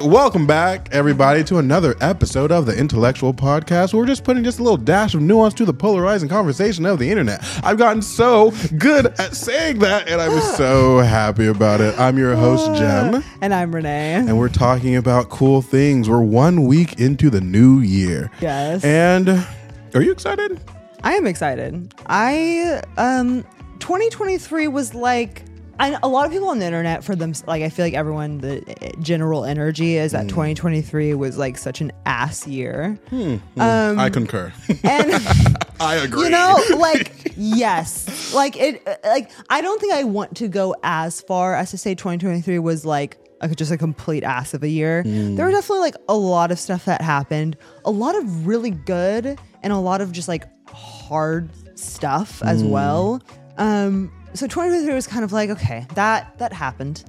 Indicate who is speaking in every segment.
Speaker 1: Welcome back, everybody, to another episode of the Intellectual Podcast. Where we're just putting just a little dash of nuance to the polarizing conversation of the internet. I've gotten so good at saying that, and I was so happy about it. I'm your host, Jen,
Speaker 2: And I'm Renee.
Speaker 1: and we're talking about cool things. We're one week into the new year.
Speaker 2: Yes.
Speaker 1: And are you excited?
Speaker 2: I am excited. I um 2023 was like I, a lot of people on the internet for them like I feel like everyone the eh, general energy is that 2023 was like such an ass year.
Speaker 1: I concur.
Speaker 2: And
Speaker 1: I agree.
Speaker 2: Um, you know like yes. Like it like I don't think I want to go as far as to say 2023 was like a- just a complete ass of a year. There were definitely like a lot of stuff that happened, a lot of really good and a lot of just like hard stuff as well. Um so 2023 was kind of like okay, that that happened.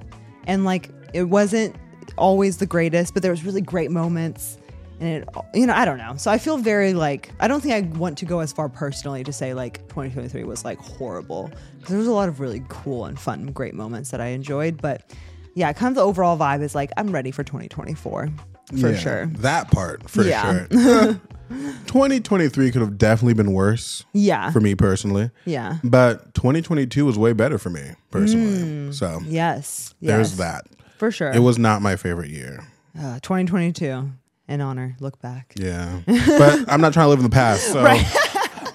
Speaker 2: And like it wasn't always the greatest, but there was really great moments and it you know, I don't know. So I feel very like I don't think I want to go as far personally to say like 2023 was like horrible because there was a lot of really cool and fun great moments that I enjoyed, but yeah, kind of the overall vibe is like I'm ready for 2024 for
Speaker 1: Yeah,
Speaker 2: sure.
Speaker 1: That part, for
Speaker 2: Yeah.
Speaker 1: sure. 2023 could have definitely been worse
Speaker 2: Yeah.
Speaker 1: for me personally.
Speaker 2: Yeah.
Speaker 1: But 2022 was way better for me personally. So
Speaker 2: Yes.
Speaker 1: there's
Speaker 2: Mm. yes,
Speaker 1: that.
Speaker 2: For sure.
Speaker 1: It was not my favorite year.
Speaker 2: uh, 2022 in honor look back.
Speaker 1: Yeah. but I'm not trying to live in the past. So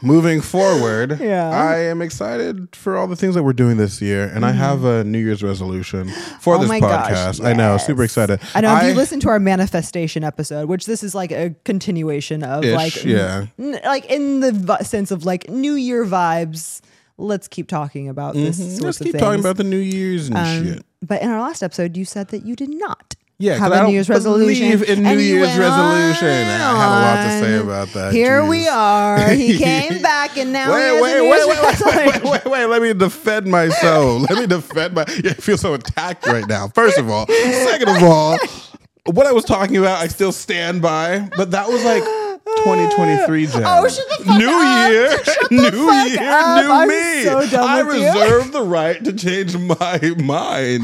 Speaker 1: moving forward,
Speaker 2: Yeah.
Speaker 1: I am excited for all the things that we're doing this year. And I have a New Year's resolution for
Speaker 2: Mm-hmm. Oh
Speaker 1: this
Speaker 2: my
Speaker 1: podcast.
Speaker 2: gosh,
Speaker 1: I know,
Speaker 2: yes.
Speaker 1: super excited.
Speaker 2: I know if you listen to our manifestation episode, which this is like a continuation of
Speaker 1: Ish,
Speaker 2: like
Speaker 1: yeah.
Speaker 2: n- like in the v- sense of like new year vibes. Let's keep talking about this. Sorts
Speaker 1: Mm-hmm. Let's
Speaker 2: of
Speaker 1: keep
Speaker 2: things.
Speaker 1: talking about the New Year's and
Speaker 2: Um,
Speaker 1: shit.
Speaker 2: But in our last episode, you said that you did not.
Speaker 1: Yeah, 'cause
Speaker 2: have
Speaker 1: I
Speaker 2: a
Speaker 1: don't
Speaker 2: New Year's resolution.
Speaker 1: believe in New
Speaker 2: and you
Speaker 1: Year's
Speaker 2: went
Speaker 1: resolution. I had a lot to say
Speaker 2: on.
Speaker 1: about that,
Speaker 2: Here we
Speaker 1: jeez.
Speaker 2: are. He came back, and now he
Speaker 1: Wait,
Speaker 2: has
Speaker 1: wait,
Speaker 2: a
Speaker 1: wait,
Speaker 2: New Year's
Speaker 1: wait, wait,
Speaker 2: resolution.
Speaker 1: wait, wait, wait. Let me defend my soul. Let me defend my. Yeah, I feel so attacked right now. First of all, second of all, what I was talking about, I still stand by. But that was like 2023, Jen.
Speaker 2: Oh, shut the fuck
Speaker 1: new
Speaker 2: up.
Speaker 1: year, new
Speaker 2: fuck
Speaker 1: year,
Speaker 2: up.
Speaker 1: new
Speaker 2: I'm
Speaker 1: me.
Speaker 2: so done
Speaker 1: I
Speaker 2: with you.
Speaker 1: reserve the right to change my mind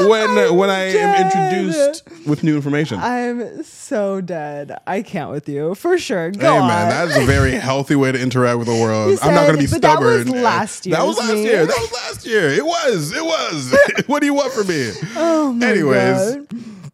Speaker 1: when when I
Speaker 2: dead.
Speaker 1: am introduced with new information.
Speaker 2: I'm so dead. I can't with you for sure. Go
Speaker 1: Hey
Speaker 2: on.
Speaker 1: man, that's a very healthy way to interact with the world.
Speaker 2: You
Speaker 1: I'm not going to be
Speaker 2: said, "But that was
Speaker 1: stubborn.
Speaker 2: last
Speaker 1: That was
Speaker 2: year's
Speaker 1: last
Speaker 2: me."
Speaker 1: year. That was last year. It was. It was. what do you want from me?
Speaker 2: Oh my
Speaker 1: Anyways,
Speaker 2: God.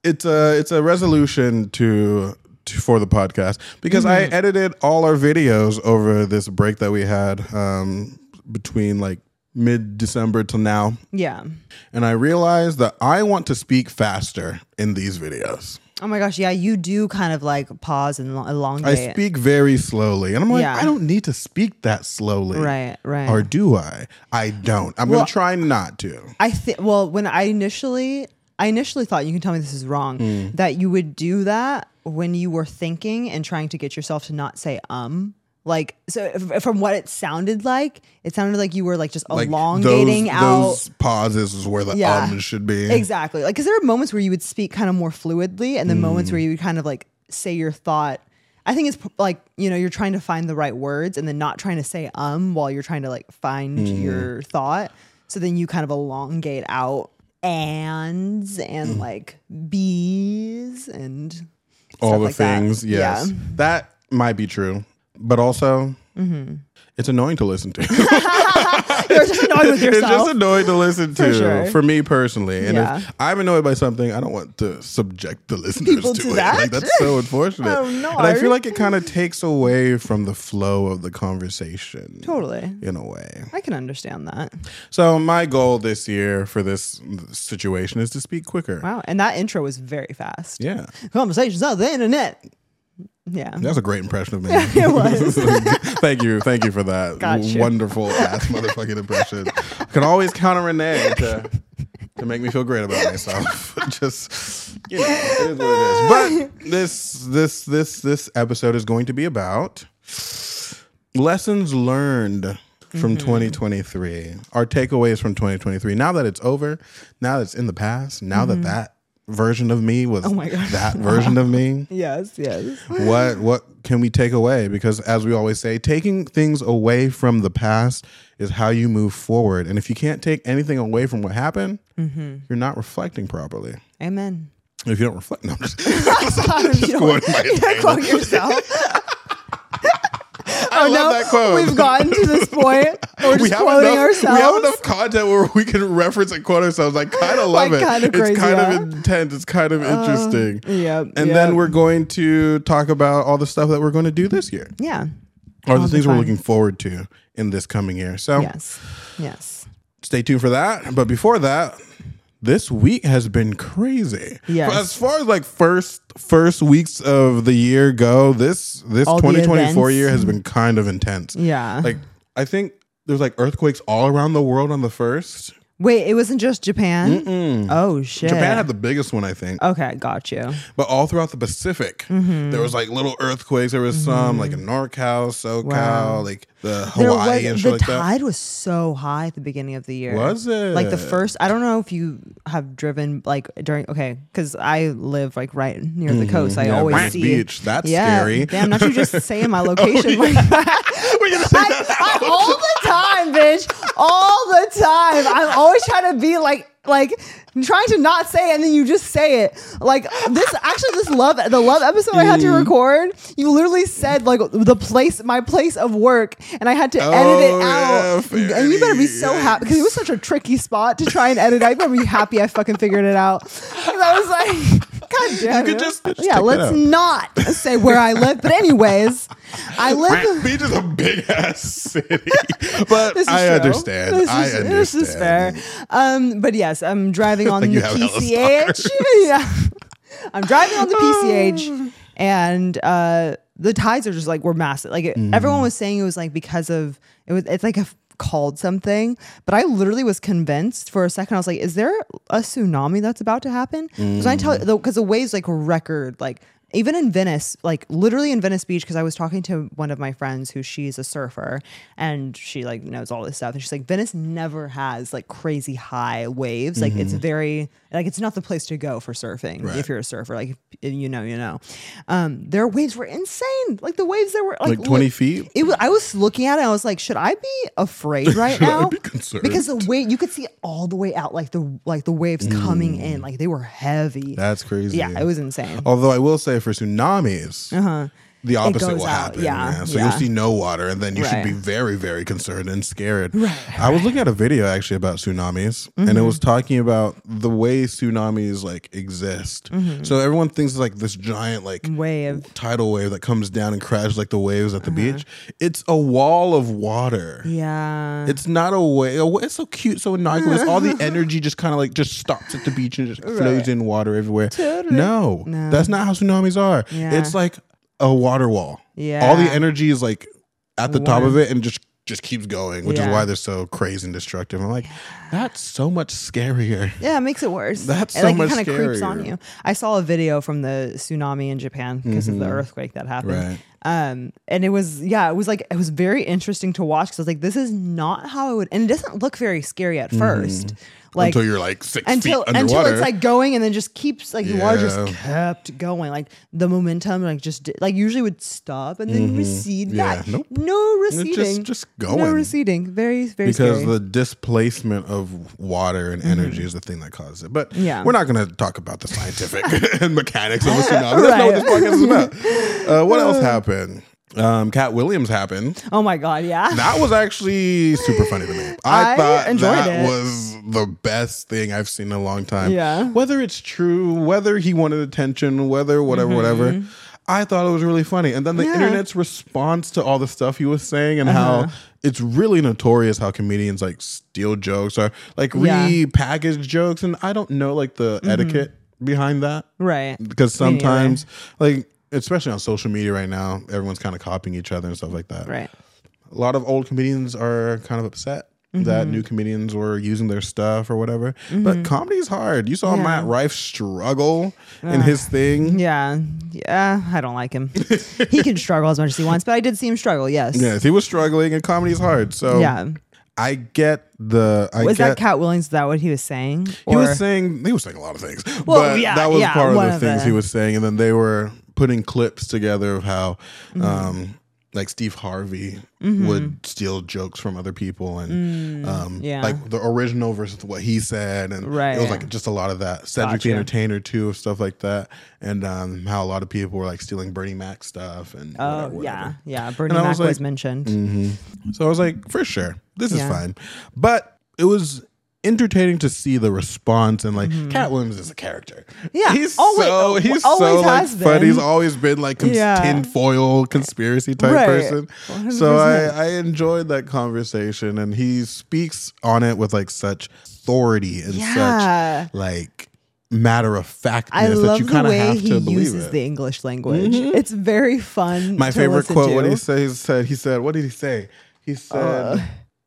Speaker 1: it's a it's a resolution to, to for the podcast because
Speaker 2: Mm-hmm.
Speaker 1: I edited all our videos over this break that we had um, between like mid December till now,
Speaker 2: yeah.
Speaker 1: and I realized that I want to speak faster in these videos.
Speaker 2: Oh my gosh, yeah, you do kind of like pause and lo-
Speaker 1: I
Speaker 2: elongate.
Speaker 1: speak very slowly, and I'm like,
Speaker 2: Yeah.
Speaker 1: I don't need to speak that slowly,
Speaker 2: Right, right.
Speaker 1: Or do I? I don't. I'm
Speaker 2: Mm. Well-
Speaker 1: gonna try not to.
Speaker 2: I think. Well, when I initially, I initially thought you can tell me this is wrong
Speaker 1: Mm.
Speaker 2: that you would do that when you were thinking and trying to get yourself to not say um. Like so, f- from what it sounded like, it sounded like you were like just
Speaker 1: Like
Speaker 2: elongating
Speaker 1: those,
Speaker 2: out.
Speaker 1: those pauses is where the
Speaker 2: Yeah.
Speaker 1: um should be.
Speaker 2: Exactly. Like, because there are moments where you would speak kind of more fluidly, and then moments
Speaker 1: Mm.
Speaker 2: where you would kind of like say your thought. I think it's p- like you know you're trying to find the right words, and then not trying to say um while you're trying to like find
Speaker 1: Mm.
Speaker 2: your thought. So then you kind of elongate out ands and
Speaker 1: Mm.
Speaker 2: like bees and
Speaker 1: All
Speaker 2: stuff
Speaker 1: the
Speaker 2: like that.
Speaker 1: things. Yes,
Speaker 2: Yeah.
Speaker 1: that might be true, but also.
Speaker 2: Mm-hmm.
Speaker 1: It's annoying to listen to.
Speaker 2: you're just annoyed with
Speaker 1: it's
Speaker 2: yourself.
Speaker 1: just annoying to listen to for,
Speaker 2: sure.
Speaker 1: me personally. And
Speaker 2: Yeah.
Speaker 1: if I'm annoyed by something, I don't want to subject the listeners
Speaker 2: People
Speaker 1: to,
Speaker 2: to
Speaker 1: it.
Speaker 2: that?
Speaker 1: Like that's so unfortunate.
Speaker 2: Oh, no.
Speaker 1: And I feel like it kind of takes away from the flow of the conversation.
Speaker 2: totally.
Speaker 1: In a way.
Speaker 2: I can understand that.
Speaker 1: So my goal this year for this situation is to speak quicker.
Speaker 2: Wow. And that intro was very fast.
Speaker 1: Yeah.
Speaker 2: Conversations on the internet. Yeah.
Speaker 1: That was a great impression of me.
Speaker 2: it was.
Speaker 1: thank you. Thank you for that
Speaker 2: Got you.
Speaker 1: wonderful ass motherfucking impression. Can always count on Renee to, to make me feel great about myself. Just you know, it is what it is. But this this this this episode is going to be about lessons learned from
Speaker 2: Mm-hmm.
Speaker 1: 2023. Our takeaways from 2023. Now that it's over, now that it's in the past, now that that version of me was
Speaker 2: Mm-hmm. Oh my God.
Speaker 1: that version of me
Speaker 2: Yes. Yes.
Speaker 1: what what can we take away because as we always say taking things away from the past is how you move forward
Speaker 2: Mm-hmm.
Speaker 1: and if you can't take anything away from what happened you're not reflecting properly
Speaker 2: Amen.
Speaker 1: If you don't reflect, no, I'm just,
Speaker 2: If you
Speaker 1: just going by
Speaker 2: don't-
Speaker 1: your
Speaker 2: yeah, quote yourself.
Speaker 1: I love that quote.
Speaker 2: We've gotten to this point. We're just
Speaker 1: we have,
Speaker 2: quoting
Speaker 1: enough,
Speaker 2: ourselves.
Speaker 1: we have enough content where we can reference and quote ourselves. I kind of love
Speaker 2: Like,
Speaker 1: it.
Speaker 2: kinda crazy,
Speaker 1: it's kind
Speaker 2: yeah. Uh,
Speaker 1: of intense. It's kind of interesting.
Speaker 2: yep,
Speaker 1: And
Speaker 2: yep.
Speaker 1: then we're going to talk about all the stuff that we're going to do this year,
Speaker 2: yeah.
Speaker 1: or
Speaker 2: All
Speaker 1: the
Speaker 2: the
Speaker 1: things we're
Speaker 2: fun.
Speaker 1: looking forward to in this coming year. So
Speaker 2: Yes. Yes.
Speaker 1: stay tuned for that. But before that, this week has been crazy.
Speaker 2: Yes.
Speaker 1: As far as like first first weeks of the year go, this this
Speaker 2: All the
Speaker 1: 2024
Speaker 2: events. Mm.
Speaker 1: year has been kind of intense.
Speaker 2: Yeah.
Speaker 1: Like I think there's like earthquakes all around the world on the first.
Speaker 2: Wait, it wasn't just Japan. Oh shit.
Speaker 1: Japan had the biggest one, I think.
Speaker 2: Okay, got you.
Speaker 1: But all throughout the Pacific,
Speaker 2: mm-hmm.
Speaker 1: there was like little earthquakes. There was some like in NorCal, SoCal,
Speaker 2: Wow.
Speaker 1: like the
Speaker 2: There
Speaker 1: Hawaii and
Speaker 2: was,
Speaker 1: shit
Speaker 2: the
Speaker 1: like that.
Speaker 2: tide was so high at the beginning of the year.
Speaker 1: Was it?
Speaker 2: Like the first, I don't know if you have driven like during, okay, because I live like right near the coast. I
Speaker 1: Mm-hmm. Yeah,
Speaker 2: always
Speaker 1: Bryant
Speaker 2: see.
Speaker 1: Beach, that's
Speaker 2: yeah.
Speaker 1: scary. Oh,
Speaker 2: Damn, not you just saying my location like that.
Speaker 1: Were you gonna say that?
Speaker 2: I, all the time, bitch. All the time. I'm always trying to be like, like trying to not say it, and then you just say it. Like this, actually, this love, the love episode I had to
Speaker 1: Mm.
Speaker 2: record, you literally said like the place, my place of work, and I had to edit
Speaker 1: Oh,
Speaker 2: it out.
Speaker 1: yeah,
Speaker 2: and you better be so
Speaker 1: fair.
Speaker 2: happy because it was such a tricky spot to try and edit. out. You better be happy I fucking figured it out. 'Cause I was like, God damn
Speaker 1: could
Speaker 2: it.
Speaker 1: just- just take
Speaker 2: yeah,
Speaker 1: that
Speaker 2: let's
Speaker 1: out.
Speaker 2: not say where I live. But anyways, I live.
Speaker 1: Bryant Beach is a big ass city. But
Speaker 2: This is
Speaker 1: I
Speaker 2: true.
Speaker 1: understand.
Speaker 2: This
Speaker 1: I
Speaker 2: is,
Speaker 1: understand.
Speaker 2: This is fair. Um, but yes, I'm driving on
Speaker 1: Like
Speaker 2: the
Speaker 1: you have hella
Speaker 2: PCH. yeah, I'm driving on the
Speaker 1: Oh.
Speaker 2: PCH, and uh, the tides are just like were massive. Like it,
Speaker 1: Mm-hmm.
Speaker 2: everyone was saying, it was like because of it was. It's like a f- called something, but I literally was convinced for a second. I was like, is there a tsunami that's about to happen? Because I
Speaker 1: Mm.
Speaker 2: tell because the waves like record like. Even in Venice, like literally in Venice Beach, because I was talking to one of my friends who she's a surfer and she like knows all this stuff. And she's like, Venice never has like crazy high waves. Like
Speaker 1: Mm-hmm.
Speaker 2: it's very like it's not the place to go for surfing if you're a surfer. Like if you know, you know. Um, their waves were insane. Like the waves that were like,
Speaker 1: Like 20
Speaker 2: look-
Speaker 1: feet?
Speaker 2: It was. I was looking at it. I was like, should I be afraid right now?
Speaker 1: be concerned?
Speaker 2: Because the way you could see all the way out, like the like the waves coming
Speaker 1: Mm.
Speaker 2: in, like they were heavy.
Speaker 1: That's crazy.
Speaker 2: yeah, it was insane.
Speaker 1: Although I will say for tsunamis, the opposite
Speaker 2: goes
Speaker 1: will
Speaker 2: out,
Speaker 1: happen.
Speaker 2: yeah,
Speaker 1: So
Speaker 2: yeah.
Speaker 1: you'll see no water, and then you should
Speaker 2: Right.
Speaker 1: be very, very concerned and scared. I was looking at a video actually about tsunamis,
Speaker 2: Mm-hmm.
Speaker 1: and it was talking about the way tsunamis like exist.
Speaker 2: Mm-hmm.
Speaker 1: So everyone thinks it's like this giant like
Speaker 2: Mm. Wave.
Speaker 1: tidal wave that comes down and crashes like the waves at the
Speaker 2: Uh-huh.
Speaker 1: beach. It's a wall of water.
Speaker 2: Yeah.
Speaker 1: It's not a way. a wa- It's so cute, so innocuous. All the energy just kind of like just stops at the beach and just flows in water everywhere. No,
Speaker 2: No.
Speaker 1: that's not how tsunamis are.
Speaker 2: Yeah.
Speaker 1: It's like a water wall.
Speaker 2: Yeah.
Speaker 1: all the energy is like at the top of it and just just keeps going, which is
Speaker 2: Yeah.
Speaker 1: why they're so crazy and destructive. I'm like, that's so much scarier.
Speaker 2: Yeah, it makes it worse.
Speaker 1: That's
Speaker 2: It,
Speaker 1: so
Speaker 2: like,
Speaker 1: much
Speaker 2: it kind of creeps on
Speaker 1: scarier.
Speaker 2: you. I saw a video from the tsunami in Japan because of the earthquake that happened.
Speaker 1: Mm-hmm. Right.
Speaker 2: Um, and it was yeah, it was like it was very interesting to watch because I was like, this is not how it would, and it doesn't look very scary at first. Like
Speaker 1: Mm-hmm. until you're like six
Speaker 2: until
Speaker 1: feet
Speaker 2: until
Speaker 1: underwater.
Speaker 2: it's like going and then just keeps like the water just
Speaker 1: Yeah.
Speaker 2: kept going like the momentum like just di- like usually would stop and then recede
Speaker 1: Mm-hmm. Yeah.
Speaker 2: back
Speaker 1: Nope.
Speaker 2: no
Speaker 1: just-
Speaker 2: receding
Speaker 1: just
Speaker 2: no
Speaker 1: going.
Speaker 2: receding very very
Speaker 1: Oh, because
Speaker 2: scary. Mm-hmm.
Speaker 1: the displacement of water and energy is the thing that causes it. But
Speaker 2: Yeah.
Speaker 1: we're not going to talk about the scientific and mechanics of a tsunami. That's not what this podcast is about. Uh, what else happened? Um, Cat Williams happened.
Speaker 2: oh my god yeah
Speaker 1: That was actually super funny to me. I,
Speaker 2: I
Speaker 1: thought
Speaker 2: enjoyed
Speaker 1: that
Speaker 2: it.
Speaker 1: was the best thing I've seen in a long time.
Speaker 2: Yeah.
Speaker 1: Whether it's true, whether he wanted attention, whether whatever, whatever. I thought it was really funny. And then the
Speaker 2: Mm-hmm. Yeah. Uh-huh.
Speaker 1: internet's response to all the stuff he was saying and how it's really notorious how comedians like steal jokes or like
Speaker 2: Yeah.
Speaker 1: repackage jokes. And I don't know like the etiquette behind that
Speaker 2: right
Speaker 1: because
Speaker 2: Me neither.
Speaker 1: sometimes, like, especially on social media right now, everyone's kind of copying each other and stuff like that
Speaker 2: right
Speaker 1: a lot of old comedians are kind of upset that
Speaker 2: Mm-hmm.
Speaker 1: new comedians were using their stuff or whatever. But comedy's hard. You saw Matt Rife struggle in his thing.
Speaker 2: Yeah, yeah, I don't like him. he can struggle as much as he wants, but I did see him struggle. Yes.
Speaker 1: Yes, he was struggling, and comedy's hard. So
Speaker 2: Yeah.
Speaker 1: I get the. I
Speaker 2: Was
Speaker 1: get,
Speaker 2: that Cat Williams? Is that what he was saying?
Speaker 1: He
Speaker 2: Or-
Speaker 1: was saying he was saying a lot of things,
Speaker 2: Well,
Speaker 1: but
Speaker 2: yeah,
Speaker 1: that was
Speaker 2: yeah,
Speaker 1: part of
Speaker 2: one
Speaker 1: the
Speaker 2: of
Speaker 1: things
Speaker 2: the- Mm-hmm.
Speaker 1: he was saying. And then they were putting clips together of how um, like Steve Harvey would steal jokes from other people and um,
Speaker 2: Mm, yeah.
Speaker 1: like the original versus what he said, and it
Speaker 2: Right.
Speaker 1: was like just a lot of that. Cedric
Speaker 2: Gotcha.
Speaker 1: the Entertainer too, stuff like that, and um, how a lot of people were like stealing Bernie Mac stuff and
Speaker 2: Oh
Speaker 1: whatever,
Speaker 2: yeah,
Speaker 1: whatever.
Speaker 2: yeah. Bernie
Speaker 1: And I
Speaker 2: Mac
Speaker 1: was
Speaker 2: was,
Speaker 1: like, mm,
Speaker 2: mentioned.
Speaker 1: So I was like, for sure, this is
Speaker 2: Yeah.
Speaker 1: fine. But it was entertaining to see the response and like Cat Williams is a character.
Speaker 2: Mm-hmm. Yeah.
Speaker 1: He's
Speaker 2: Alwa-
Speaker 1: so he's
Speaker 2: always
Speaker 1: so like
Speaker 2: has
Speaker 1: funny. He's
Speaker 2: been.
Speaker 1: always been like cons-
Speaker 2: Yeah.
Speaker 1: tinfoil conspiracy type
Speaker 2: Right.
Speaker 1: person.
Speaker 2: 100%.
Speaker 1: So I, I enjoyed that conversation and he speaks on it with like such authority and
Speaker 2: Yeah.
Speaker 1: such like matter of
Speaker 2: I
Speaker 1: factness that
Speaker 2: love
Speaker 1: you
Speaker 2: the
Speaker 1: kind of
Speaker 2: way
Speaker 1: have
Speaker 2: he
Speaker 1: to believe
Speaker 2: uses
Speaker 1: it. Mm-hmm.
Speaker 2: the English language. It's very fun.
Speaker 1: My
Speaker 2: to
Speaker 1: favorite
Speaker 2: listen
Speaker 1: quote
Speaker 2: to. Uh.
Speaker 1: what he said, he said he said what did he say? He said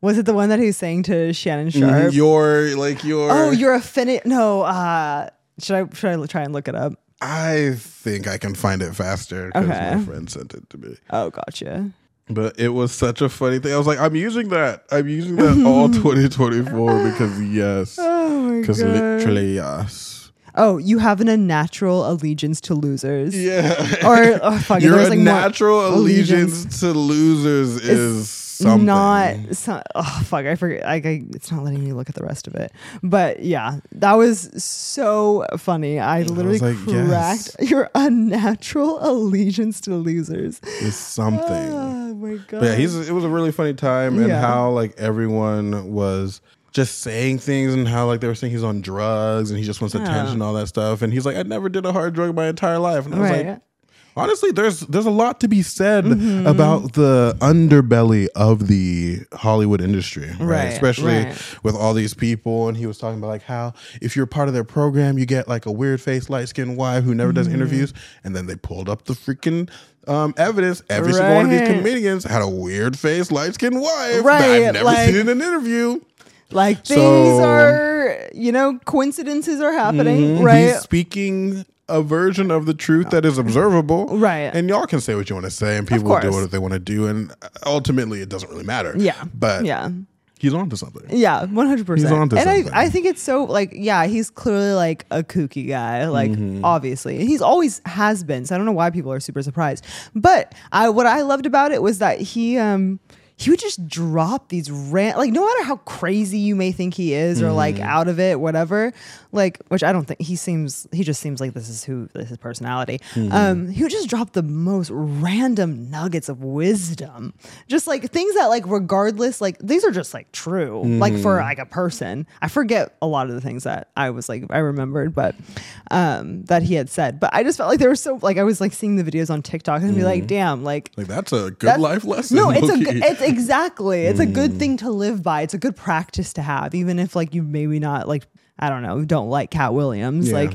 Speaker 2: was it the one that he was saying to Shannon Sharp?
Speaker 1: Mhm, Your like your
Speaker 2: oh, you're affinity. No, uh, should I should I try and look it up?
Speaker 1: I think I can find it faster because
Speaker 2: Okay.
Speaker 1: my friend sent it to me.
Speaker 2: Oh, gotcha.
Speaker 1: But it was such a funny thing. I was like, I'm using that. I'm using that all 2024 because yes,
Speaker 2: Oh my
Speaker 1: because literally yes.
Speaker 2: Oh, you have an unnatural allegiance to losers.
Speaker 1: Yeah.
Speaker 2: Or oh, fuck,
Speaker 1: Your
Speaker 2: there was like more-
Speaker 1: natural allegiance to losers is something.
Speaker 2: Not so, oh fuck, I forget. I, I, it's not letting me look at the rest of it. But yeah, that was so funny. I literally
Speaker 1: like,
Speaker 2: cracked your unnatural allegiance to losers.
Speaker 1: It's something.
Speaker 2: Oh my god.
Speaker 1: But yeah, he's it was a really funny time and
Speaker 2: Yeah.
Speaker 1: how like everyone was just saying things and how like they were saying he's on drugs and he just wants attention and all that stuff and he's like I never did a hard drug in my entire life and I was
Speaker 2: Right.
Speaker 1: like honestly there's there's a lot to be said
Speaker 2: Mm-hmm.
Speaker 1: about the underbelly of the Hollywood industry right,
Speaker 2: Right,
Speaker 1: especially
Speaker 2: right.
Speaker 1: with all these people and he was talking about like how if you're part of their program you get like a weird faced light skinned wife who never does
Speaker 2: Mm-hmm.
Speaker 1: interviews and then they pulled up the freaking um, evidence every single one of these
Speaker 2: Right.
Speaker 1: comedians had a weird faced light skinned wife that
Speaker 2: Right,
Speaker 1: I've never
Speaker 2: like-
Speaker 1: seen in an interview
Speaker 2: like things
Speaker 1: So- Mm-hmm.
Speaker 2: are you know, coincidences are happening, right?
Speaker 1: he's speaking a version of the truth that is observable
Speaker 2: Right.
Speaker 1: and y'all can say what you want to say and people will do
Speaker 2: course.
Speaker 1: what they want to do and ultimately it doesn't really matter
Speaker 2: Yeah.
Speaker 1: but
Speaker 2: yeah.
Speaker 1: he's on to something
Speaker 2: Yeah, one hundred
Speaker 1: He's
Speaker 2: percent.
Speaker 1: onto
Speaker 2: And
Speaker 1: something.
Speaker 2: I, I think it's so like, yeah, he's clearly like a kooky guy, like
Speaker 1: Mm-hmm.
Speaker 2: obviously, and he's always has been. So I don't know why people are super surprised. But I, what I loved about it was that he, um, he would just drop these rant, like no matter how crazy you may think he is or
Speaker 1: Mm-hmm.
Speaker 2: like out of it, whatever. Like, which I don't think he seems. He just seems like this is who this is his personality. Um, he would just drop the most random nuggets of wisdom, just like things that like regardless, like these are just like true, like for like a person. I forget a lot of the things that I was like I remembered, but um, that he had said. But I just felt like there was so like I was like seeing the videos on TikTok and be like, damn, like
Speaker 1: like that's a good
Speaker 2: that's-
Speaker 1: life lesson
Speaker 2: No, it's a
Speaker 1: low-key.
Speaker 2: g- it's exactly it's a good thing to live by. It's a good practice to have, even if like you maybe not like I don't know don't like Cat Williams.
Speaker 1: Yeah.
Speaker 2: Like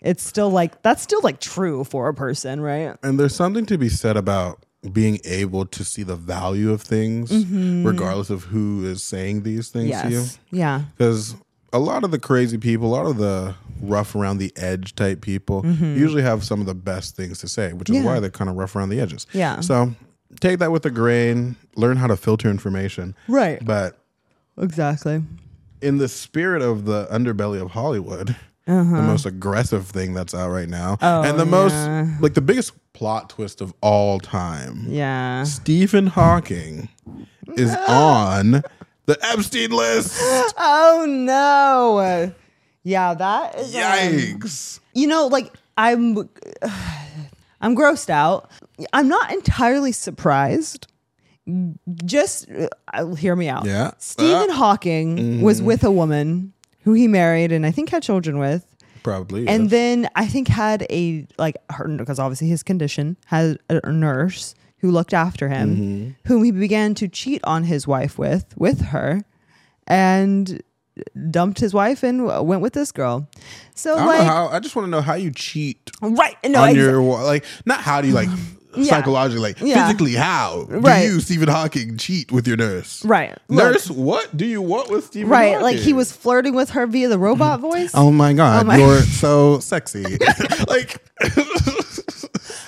Speaker 2: it's still like that's still like true for a person, right?
Speaker 1: and there's something to be said about being able to see the value of things regardless of who is saying these things to you
Speaker 2: Mm-hmm. Yes, yeah,
Speaker 1: because a lot of the crazy people, a lot of the rough around the edge type people usually have some of the best things to say, which is
Speaker 2: Mm-hmm. Yeah.
Speaker 1: why they're kind of rough around the edges.
Speaker 2: Yeah.
Speaker 1: So take that with a grain, learn how to filter information.
Speaker 2: Right.
Speaker 1: But
Speaker 2: exactly.
Speaker 1: in the spirit of the underbelly of Hollywood,
Speaker 2: Uh-huh.
Speaker 1: the most aggressive thing that's out right now, and the
Speaker 2: Oh, yeah.
Speaker 1: most, like the biggest plot twist of all time.
Speaker 2: Yeah,
Speaker 1: Stephen Hawking is on the Epstein list.
Speaker 2: Oh no. Yeah, that is um,
Speaker 1: Yikes.
Speaker 2: you know, like I'm I'm grossed out. I'm not entirely surprised. Just uh, hear me out.
Speaker 1: Yeah. Ah. Mm-hmm.
Speaker 2: Stephen Hawking was with a woman who he married and I think had children with.
Speaker 1: Probably. yeah.
Speaker 2: And then I think had a like her because obviously his condition had a nurse who looked after him,
Speaker 1: Mm-hmm.
Speaker 2: whom he began to cheat on his wife with with her, and dumped his wife and w- went with this girl. So
Speaker 1: I don't
Speaker 2: like
Speaker 1: know how. I just want to know how you cheat
Speaker 2: right, no,
Speaker 1: on
Speaker 2: exa-
Speaker 1: your wa- like. Not how do you like psychologically, like
Speaker 2: Yeah.
Speaker 1: physically. How
Speaker 2: Right.
Speaker 1: do you, Stephen Hawking, cheat with your nurse?
Speaker 2: right, look,
Speaker 1: Nurse, what do you want with Stephen?
Speaker 2: right,
Speaker 1: Hawking?
Speaker 2: like he was flirting with her via the robot voice.
Speaker 1: Oh my god,
Speaker 2: Oh my-
Speaker 1: you're so sexy. like.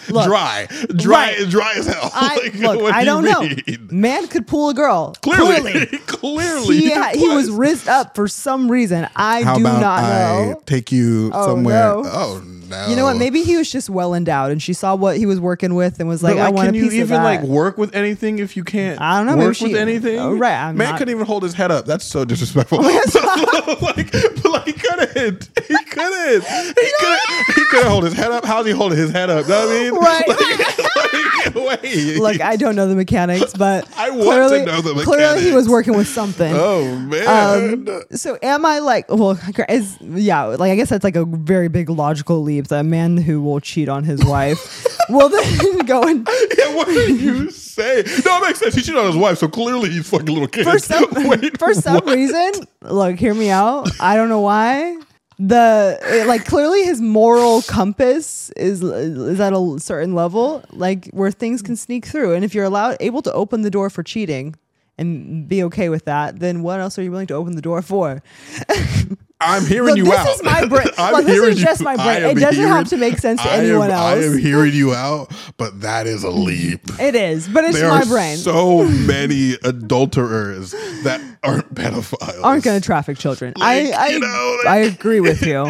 Speaker 2: Look.
Speaker 1: dry, dry,
Speaker 2: Right.
Speaker 1: dry as hell.
Speaker 2: I
Speaker 1: Like,
Speaker 2: look,
Speaker 1: what
Speaker 2: I
Speaker 1: do you
Speaker 2: don't know.
Speaker 1: mean?
Speaker 2: Man could pull a girl
Speaker 1: Clearly, clearly,
Speaker 2: He, ha- he
Speaker 1: what?
Speaker 2: was rizzed up for some reason. I
Speaker 1: How
Speaker 2: do
Speaker 1: about
Speaker 2: not know.
Speaker 1: I take you
Speaker 2: Oh,
Speaker 1: somewhere?
Speaker 2: no.
Speaker 1: Oh know.
Speaker 2: You know what? Maybe he was just well endowed, and she saw what he was working with, and was
Speaker 1: But,
Speaker 2: like, "I want
Speaker 1: can
Speaker 2: a
Speaker 1: you
Speaker 2: piece
Speaker 1: even
Speaker 2: of that."
Speaker 1: like work with anything if you can't?
Speaker 2: I don't know, maybe
Speaker 1: Work
Speaker 2: she-
Speaker 1: with anything?
Speaker 2: Oh, right, I'm
Speaker 1: Man
Speaker 2: not-
Speaker 1: couldn't even hold his head up. That's so disrespectful. but, like, but like, he couldn't. He couldn't. He couldn't. He couldn't hold his head up. How's he holding his head up? Know what I mean?
Speaker 2: Right.
Speaker 1: Like, like, wait.
Speaker 2: Look, I don't know the mechanics, but
Speaker 1: I want to
Speaker 2: clearly,
Speaker 1: know the
Speaker 2: clearly he was
Speaker 1: mechanics.
Speaker 2: working with something.
Speaker 1: oh man.
Speaker 2: Um, So am I like well is yeah like I guess that's like a very big logical leap that a man who will cheat on his wife will then go and
Speaker 1: yeah, what did you say? No, it makes sense. He cheated on his wife, so clearly he's fucking little kid.
Speaker 2: for some
Speaker 1: Wait,
Speaker 2: for some
Speaker 1: what?
Speaker 2: reason look hear me out I don't know why the it, like clearly his moral compass is is at a certain level like where things can sneak through and if you're allowed able to open the door for cheating and be okay with that then what else are you willing to open the door for
Speaker 1: I'm hearing
Speaker 2: Look,
Speaker 1: you
Speaker 2: this
Speaker 1: out.
Speaker 2: is my brain.
Speaker 1: I'm
Speaker 2: Look, this
Speaker 1: hearing
Speaker 2: is just my brain.
Speaker 1: I am
Speaker 2: It doesn't have to make sense to
Speaker 1: I am-
Speaker 2: anyone
Speaker 1: I am
Speaker 2: else.
Speaker 1: hearing you out, but that is a leap.
Speaker 2: it is but it's
Speaker 1: There
Speaker 2: my
Speaker 1: are
Speaker 2: brain
Speaker 1: so many adulterers that aren't pedophiles.
Speaker 2: aren't going to traffic children.
Speaker 1: Like,
Speaker 2: I I,
Speaker 1: you know, like-
Speaker 2: I agree with you.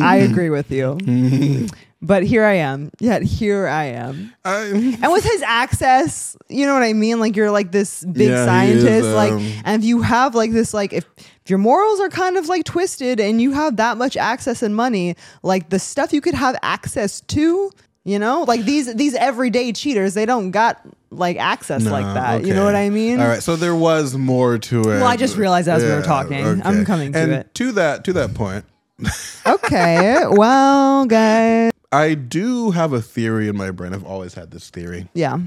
Speaker 2: I agree with you. but here I am. Yet here I am.
Speaker 1: I,
Speaker 2: And with his access, you know what I mean? Like you're like this big
Speaker 1: Yeah, he is,
Speaker 2: scientist. like
Speaker 1: um,
Speaker 2: and if you have like this like if, if your morals are kind of like twisted and you have that much access and money, like the stuff you could have access to, you know? Like these these everyday cheaters, they don't got like access like
Speaker 1: Oh,
Speaker 2: that. You
Speaker 1: okay.
Speaker 2: know what I mean?
Speaker 1: All right, so there was more to it. Well,
Speaker 2: I just realized as we were talking. I'm coming to
Speaker 1: and
Speaker 2: it.
Speaker 1: To that to that point,
Speaker 2: Okay. well, guys.
Speaker 1: I do have a theory in my brain. I've always had this theory.
Speaker 2: Yeah.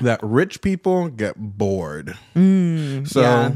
Speaker 1: that rich people get bored. so
Speaker 2: Mm, yeah.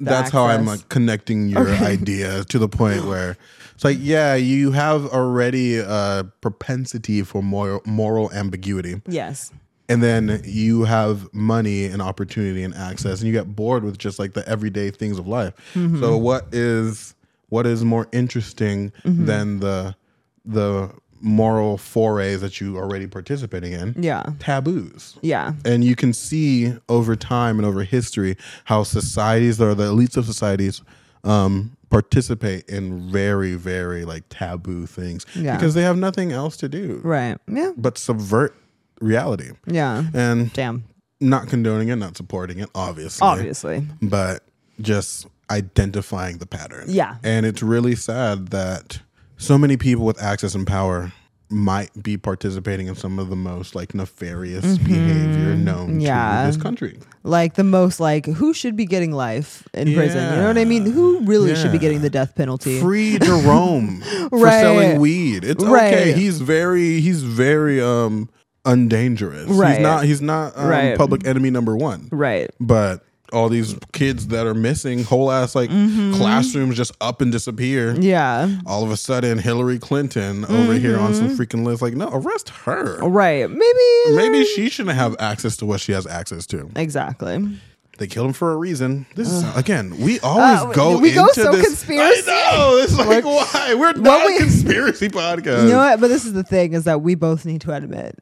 Speaker 2: The
Speaker 1: that's how I'm
Speaker 2: access.
Speaker 1: like connecting your idea to the point where it's like, yeah, you have already a propensity for moral, moral ambiguity,
Speaker 2: Yes.
Speaker 1: and then you have money and opportunity and access, and you get bored with just like the everyday things of life.
Speaker 2: Mm-hmm.
Speaker 1: So what is what is more interesting
Speaker 2: Mm-hmm.
Speaker 1: than the the moral forays that you already participating in?
Speaker 2: Yeah.
Speaker 1: Taboos
Speaker 2: Yeah.
Speaker 1: and you can see over time and over history how societies or the elites of societies um, participate in very very like taboo things
Speaker 2: Yeah.
Speaker 1: because they have nothing else to do
Speaker 2: Right. Yeah.
Speaker 1: but subvert reality
Speaker 2: Yeah.
Speaker 1: and
Speaker 2: Damn.
Speaker 1: not condoning it not supporting it obviously
Speaker 2: Obviously.
Speaker 1: but just identifying the pattern
Speaker 2: Yeah.
Speaker 1: and it's really sad that so many people with access and power might be participating in some of the most like nefarious behavior known
Speaker 2: Mm-hmm. Yeah.
Speaker 1: to this country.
Speaker 2: Like the most like who should be getting life in prison? You know what I mean? Who really should be
Speaker 1: Yeah.
Speaker 2: getting the death penalty?
Speaker 1: Free Jerome for
Speaker 2: Right.
Speaker 1: selling weed. It's okay.
Speaker 2: Right.
Speaker 1: He's very he's very um undangerous. He's
Speaker 2: Right.
Speaker 1: not he's not um,
Speaker 2: Right.
Speaker 1: public enemy number 1.
Speaker 2: right.
Speaker 1: But all these kids that are missing whole ass like
Speaker 2: Mm-hmm.
Speaker 1: classrooms just up and disappear.
Speaker 2: Yeah.
Speaker 1: All of a sudden Hillary Clinton over here on
Speaker 2: Mm-hmm.
Speaker 1: some freaking list like no, arrest her.
Speaker 2: Right. Maybe
Speaker 1: Maybe she shouldn't have access to what she has access to.
Speaker 2: Exactly.
Speaker 1: They killed him for a reason. This is again, we always
Speaker 2: Uh,
Speaker 1: go
Speaker 2: we go
Speaker 1: into
Speaker 2: so
Speaker 1: this.
Speaker 2: conspiracy.
Speaker 1: I know. It's like
Speaker 2: Like,
Speaker 1: why we're not
Speaker 2: we-
Speaker 1: a conspiracy podcast.
Speaker 2: You know what? But this is the thing is that we both need to admit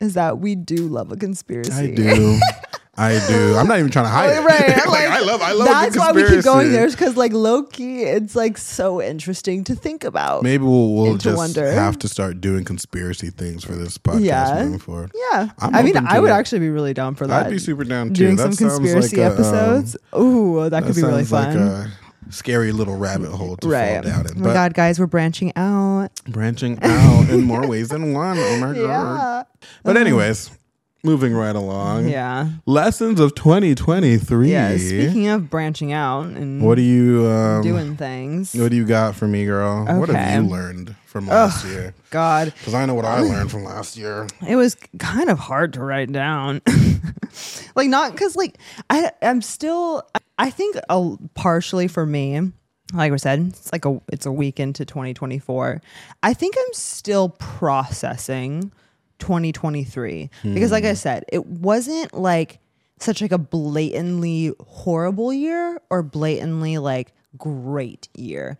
Speaker 2: is that we do love a conspiracy.
Speaker 1: I do. I do. I'm not even trying to hide it.
Speaker 2: Right,
Speaker 1: like,
Speaker 2: like,
Speaker 1: I love. I love.
Speaker 2: That's
Speaker 1: a good
Speaker 2: why we keep going
Speaker 1: conspiracy.
Speaker 2: there, because like Loki, it's like so interesting to think about.
Speaker 1: Maybe we'll, we'll
Speaker 2: Into
Speaker 1: just
Speaker 2: wonder.
Speaker 1: have to start doing conspiracy things for this podcast
Speaker 2: Yeah.
Speaker 1: moving forward.
Speaker 2: Yeah,
Speaker 1: I'm
Speaker 2: i mean,
Speaker 1: open to
Speaker 2: I would
Speaker 1: it.
Speaker 2: actually be really down for that.
Speaker 1: I'd be super down too.
Speaker 2: doing
Speaker 1: That
Speaker 2: some
Speaker 1: sounds
Speaker 2: conspiracy
Speaker 1: like a, um,
Speaker 2: episodes. Ooh, that
Speaker 1: that
Speaker 2: could be really
Speaker 1: sounds like
Speaker 2: fun.
Speaker 1: a scary little rabbit hole to
Speaker 2: right?
Speaker 1: fall down in.
Speaker 2: oh
Speaker 1: But
Speaker 2: my god, guys, we're branching out.
Speaker 1: branching out in more ways than one. Oh my god.
Speaker 2: Yeah,
Speaker 1: But anyways, moving right along.
Speaker 2: yeah,
Speaker 1: Lessons of 2023.
Speaker 2: yeah. Speaking of branching out and
Speaker 1: what do you um,
Speaker 2: doing things,
Speaker 1: What do you got for me, girl? What
Speaker 2: Okay.
Speaker 1: have you learned from last year?
Speaker 2: God,
Speaker 1: Because I know what I learned from last year.
Speaker 2: it was kind of hard to write down. like not because like I I'm still I think a, partially for me, like we said, it's like a it's a week into 2024. I think I'm still processing 2023 because like I said, it wasn't like such like a blatantly horrible year or blatantly like great year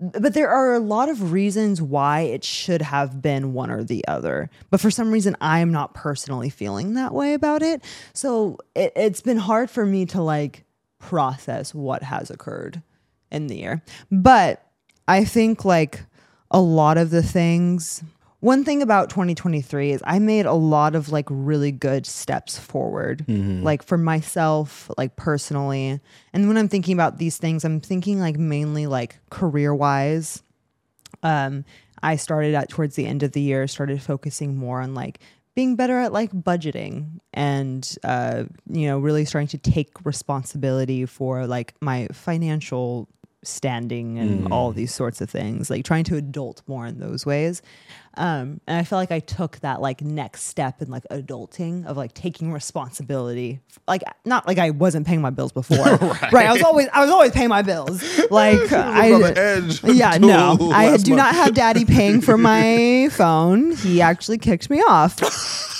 Speaker 2: but there are a lot of reasons why it should have been one or the other. But for some reason, I'm not personally feeling that way about it. So it, it's been hard for me to like process what has occurred in the year. But I think like a lot of the things one thing about 2023 is I made a lot of like really good steps forward, like for myself, like personally. And when I'm thinking about these things, I'm thinking like mainly like career wise. Um, I started at towards the end of the year, started focusing more on like being better at like budgeting and uh, you know really starting to take responsibility for like my financial standing and all these sorts of things like trying to adult more in those ways um, and i feel like i took that like next step in like adulting of like taking responsibility like not like i wasn't paying my bills before right. i was always i was always paying my bills like i
Speaker 1: on the edge
Speaker 2: yeah
Speaker 1: until
Speaker 2: no i
Speaker 1: last
Speaker 2: do
Speaker 1: month.
Speaker 2: not have daddy paying for my phone. He actually kicked me off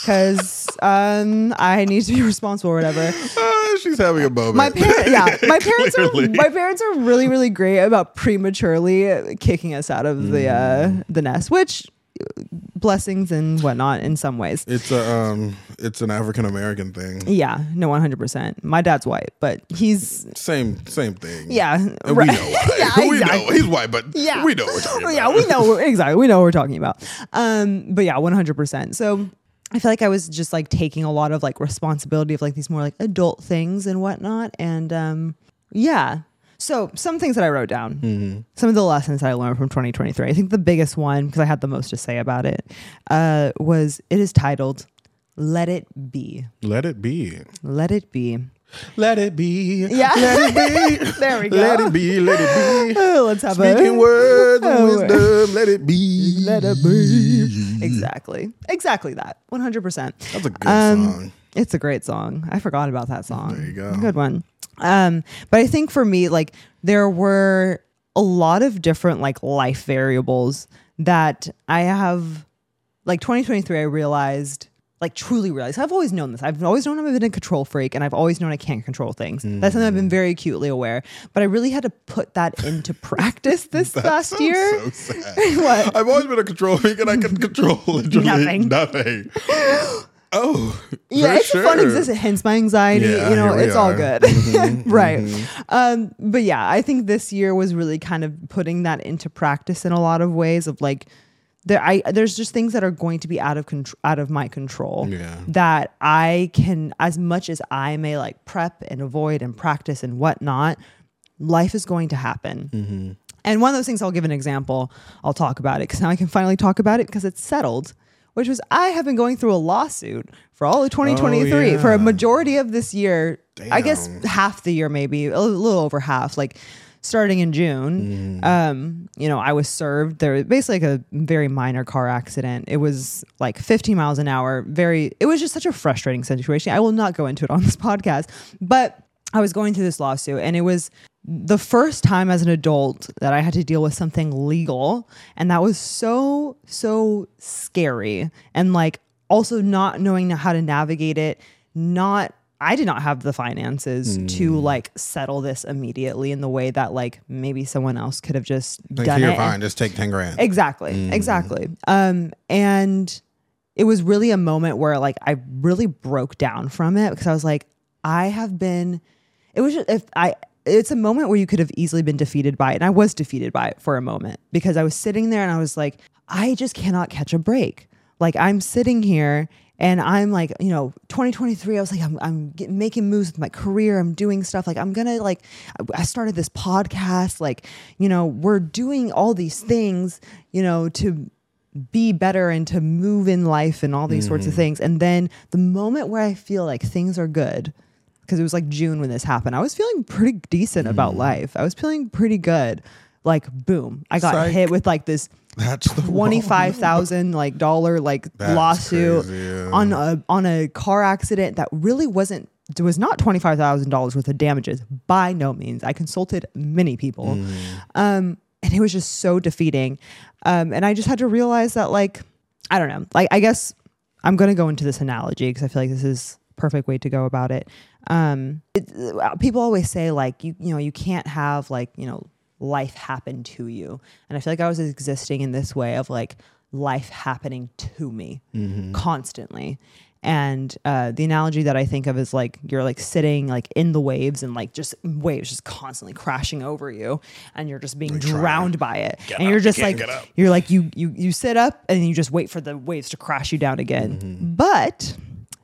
Speaker 2: because um, I need to be responsible or whatever.
Speaker 1: Ah, she's having a moment.
Speaker 2: My parents, yeah, my parents are
Speaker 1: Clearly.
Speaker 2: my parents are really really great about prematurely kicking us out of the
Speaker 1: Mm.
Speaker 2: uh, the nest, which blessings and whatnot in some ways.
Speaker 1: it's a um, it's an African American thing.
Speaker 2: Yeah, no, one hundred percent. My dad's white, but he's
Speaker 1: Same same thing.
Speaker 2: yeah,
Speaker 1: And
Speaker 2: right.
Speaker 1: we know why.
Speaker 2: yeah,
Speaker 1: we know
Speaker 2: exactly.
Speaker 1: he's white, but
Speaker 2: Yeah.
Speaker 1: we know what you're talking
Speaker 2: yeah,
Speaker 1: about.
Speaker 2: we know exactly. We know what we're talking about. Um, but yeah, one hundred percent. So I feel like I was just like taking a lot of like responsibility of like these more like adult things and whatnot. And um, yeah. So some things that I wrote down,
Speaker 1: Mm-hmm.
Speaker 2: some of the lessons that I learned from 2023. I think the biggest one because I had the most to say about it uh, was it is titled "Let It Be."
Speaker 1: Let it be.
Speaker 2: Let it be.
Speaker 1: Let it be.
Speaker 2: Yeah.
Speaker 1: Let it be.
Speaker 2: There we go.
Speaker 1: Let it be. Let it be.
Speaker 2: Oh, let's have a
Speaker 1: Speaking words of
Speaker 2: Oh.
Speaker 1: wisdom. Let it be.
Speaker 2: Let it be. Exactly. Exactly that. 100%.
Speaker 1: That's a good
Speaker 2: Um,
Speaker 1: song.
Speaker 2: It's a great song. I forgot about that song.
Speaker 1: There you go.
Speaker 2: Good one. Um, but I think for me, like, there were a lot of different, like, life variables that I have, like, 2023, I realized. Like truly realized, I've always known this. I've always known I've been a control freak, and I've always known I can't control things. That's something I've been very acutely aware. But I really had to put that into practice this last year.
Speaker 1: So sad.
Speaker 2: What?
Speaker 1: I've always been a control freak and I can control literally
Speaker 2: Nothing.
Speaker 1: nothing. Oh. for
Speaker 2: yeah, it's a fun
Speaker 1: sure.
Speaker 2: existence. Hence my anxiety.
Speaker 1: Yeah,
Speaker 2: you know,
Speaker 1: here we
Speaker 2: it's all
Speaker 1: are. Mm-hmm,
Speaker 2: good, right? Um, but yeah, I think this year was really kind of putting that into practice in a lot of ways. Of like, there, I there's just things that are going to be out of control, out of my control.
Speaker 1: Yeah.
Speaker 2: That I can, as much as I may like prep and avoid and practice and whatnot, life is going to happen. And one of those things, I'll give an example. I'll talk about it because now I can finally talk about it because it's settled, which was I have been going through a lawsuit for all of 2023
Speaker 1: Oh, yeah.
Speaker 2: for a majority of this year. I guess
Speaker 1: Damn.
Speaker 2: half the year, maybe a little over half, like starting in June. Um, you know, I was served there was basically like a very minor car accident. It was like 15 miles an hour. Very, it was just such a frustrating situation. I will not go into it on this podcast, but I was going through this lawsuit and it was the first time as an adult that I had to deal with something legal. And that was so, so scary. And like also not knowing how to navigate it, not. I did not have the finances to like settle this immediately in the way that like maybe someone else could have just
Speaker 1: Like,
Speaker 2: done
Speaker 1: you're
Speaker 2: it.
Speaker 1: fine. Just take 10 grand.
Speaker 2: Exactly. Exactly. Um, and it was really a moment where like I really broke down from it because I was like, I have been it was just if I it's a moment where you could have easily been defeated by it. And I was defeated by it for a moment because I was sitting there and I was like, I just cannot catch a break. Like I'm sitting here and I'm like, you know, 2023, I was like, I'm, I'm get, making moves with my career. I'm doing stuff. Like, I'm going to, like, I- I started this podcast. Like, you know, we're doing all these things, you know, to be better and to move in life and all these sorts of things. And then the moment where I feel like things are good, because it was like June when this happened, I was feeling pretty decent about life. I was feeling pretty good. Like, boom, I got
Speaker 1: Psych.
Speaker 2: hit with like this
Speaker 1: That's the
Speaker 2: twenty five thousand like dollar like
Speaker 1: That's
Speaker 2: lawsuit
Speaker 1: crazy, yeah.
Speaker 2: on a on a car accident that really wasn't it was not twenty five thousand dollars worth of damages by no means. I consulted many people,
Speaker 1: Mm.
Speaker 2: um, and it was just so defeating. Um, and I just had to realize that like I don't know, like I guess I'm gonna go into this analogy because I feel like this is perfect way to go about it. Um, it, uh, people always say like you you know you can't have like you know life happen to you, and I feel like I was existing in this way of like life happening to me constantly, And uh, the analogy that I think of is like you're like sitting like in the waves and like just waves just constantly crashing over you, and you're just being drowned by it. and you're
Speaker 1: up, you
Speaker 2: just
Speaker 1: can't
Speaker 2: like
Speaker 1: get up.
Speaker 2: you're like you you you sit up and you just wait for the waves to crash you down again. But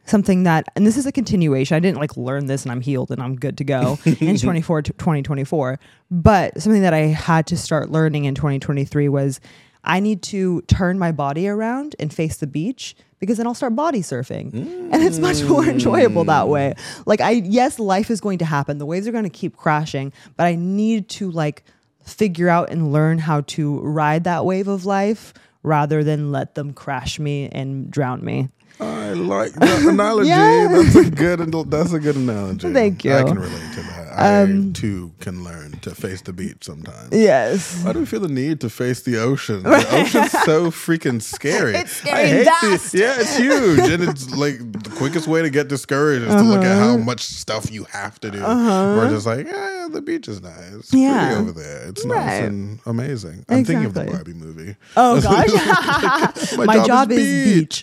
Speaker 2: something that and this is a continuation. I didn't like learn this and I'm healed and I'm good to go in 24 to 2024. But something that I had to start learning in 2023 was I need to turn my body around and face the beach because then I'll start body surfing. And it's much more enjoyable that way. Like I yes, life is going to happen. The waves are going to keep crashing, but I need to like figure out and learn how to ride that wave of life rather than let them crash me and drown me.
Speaker 1: I like that analogy.
Speaker 2: Yeah.
Speaker 1: That's a good. That's a good analogy.
Speaker 2: Thank you. Um,
Speaker 1: I can relate to that. I too can learn to face the beach sometimes.
Speaker 2: Yes.
Speaker 1: Why do we feel the need to face the ocean? The ocean's so freaking scary.
Speaker 2: It's scary vast.
Speaker 1: the, Yeah, it's huge. and it's like the quickest way to get discouraged is to look at
Speaker 2: Uh-huh.
Speaker 1: how much stuff you have to do. We're just like, yeah, yeah, the beach is nice. It's pretty
Speaker 2: Yeah.
Speaker 1: over there. It's nice
Speaker 2: Right.
Speaker 1: and amazing. I'm thinking of the
Speaker 2: Exactly.
Speaker 1: Barbie movie.
Speaker 2: Oh gosh. My, job, is beach.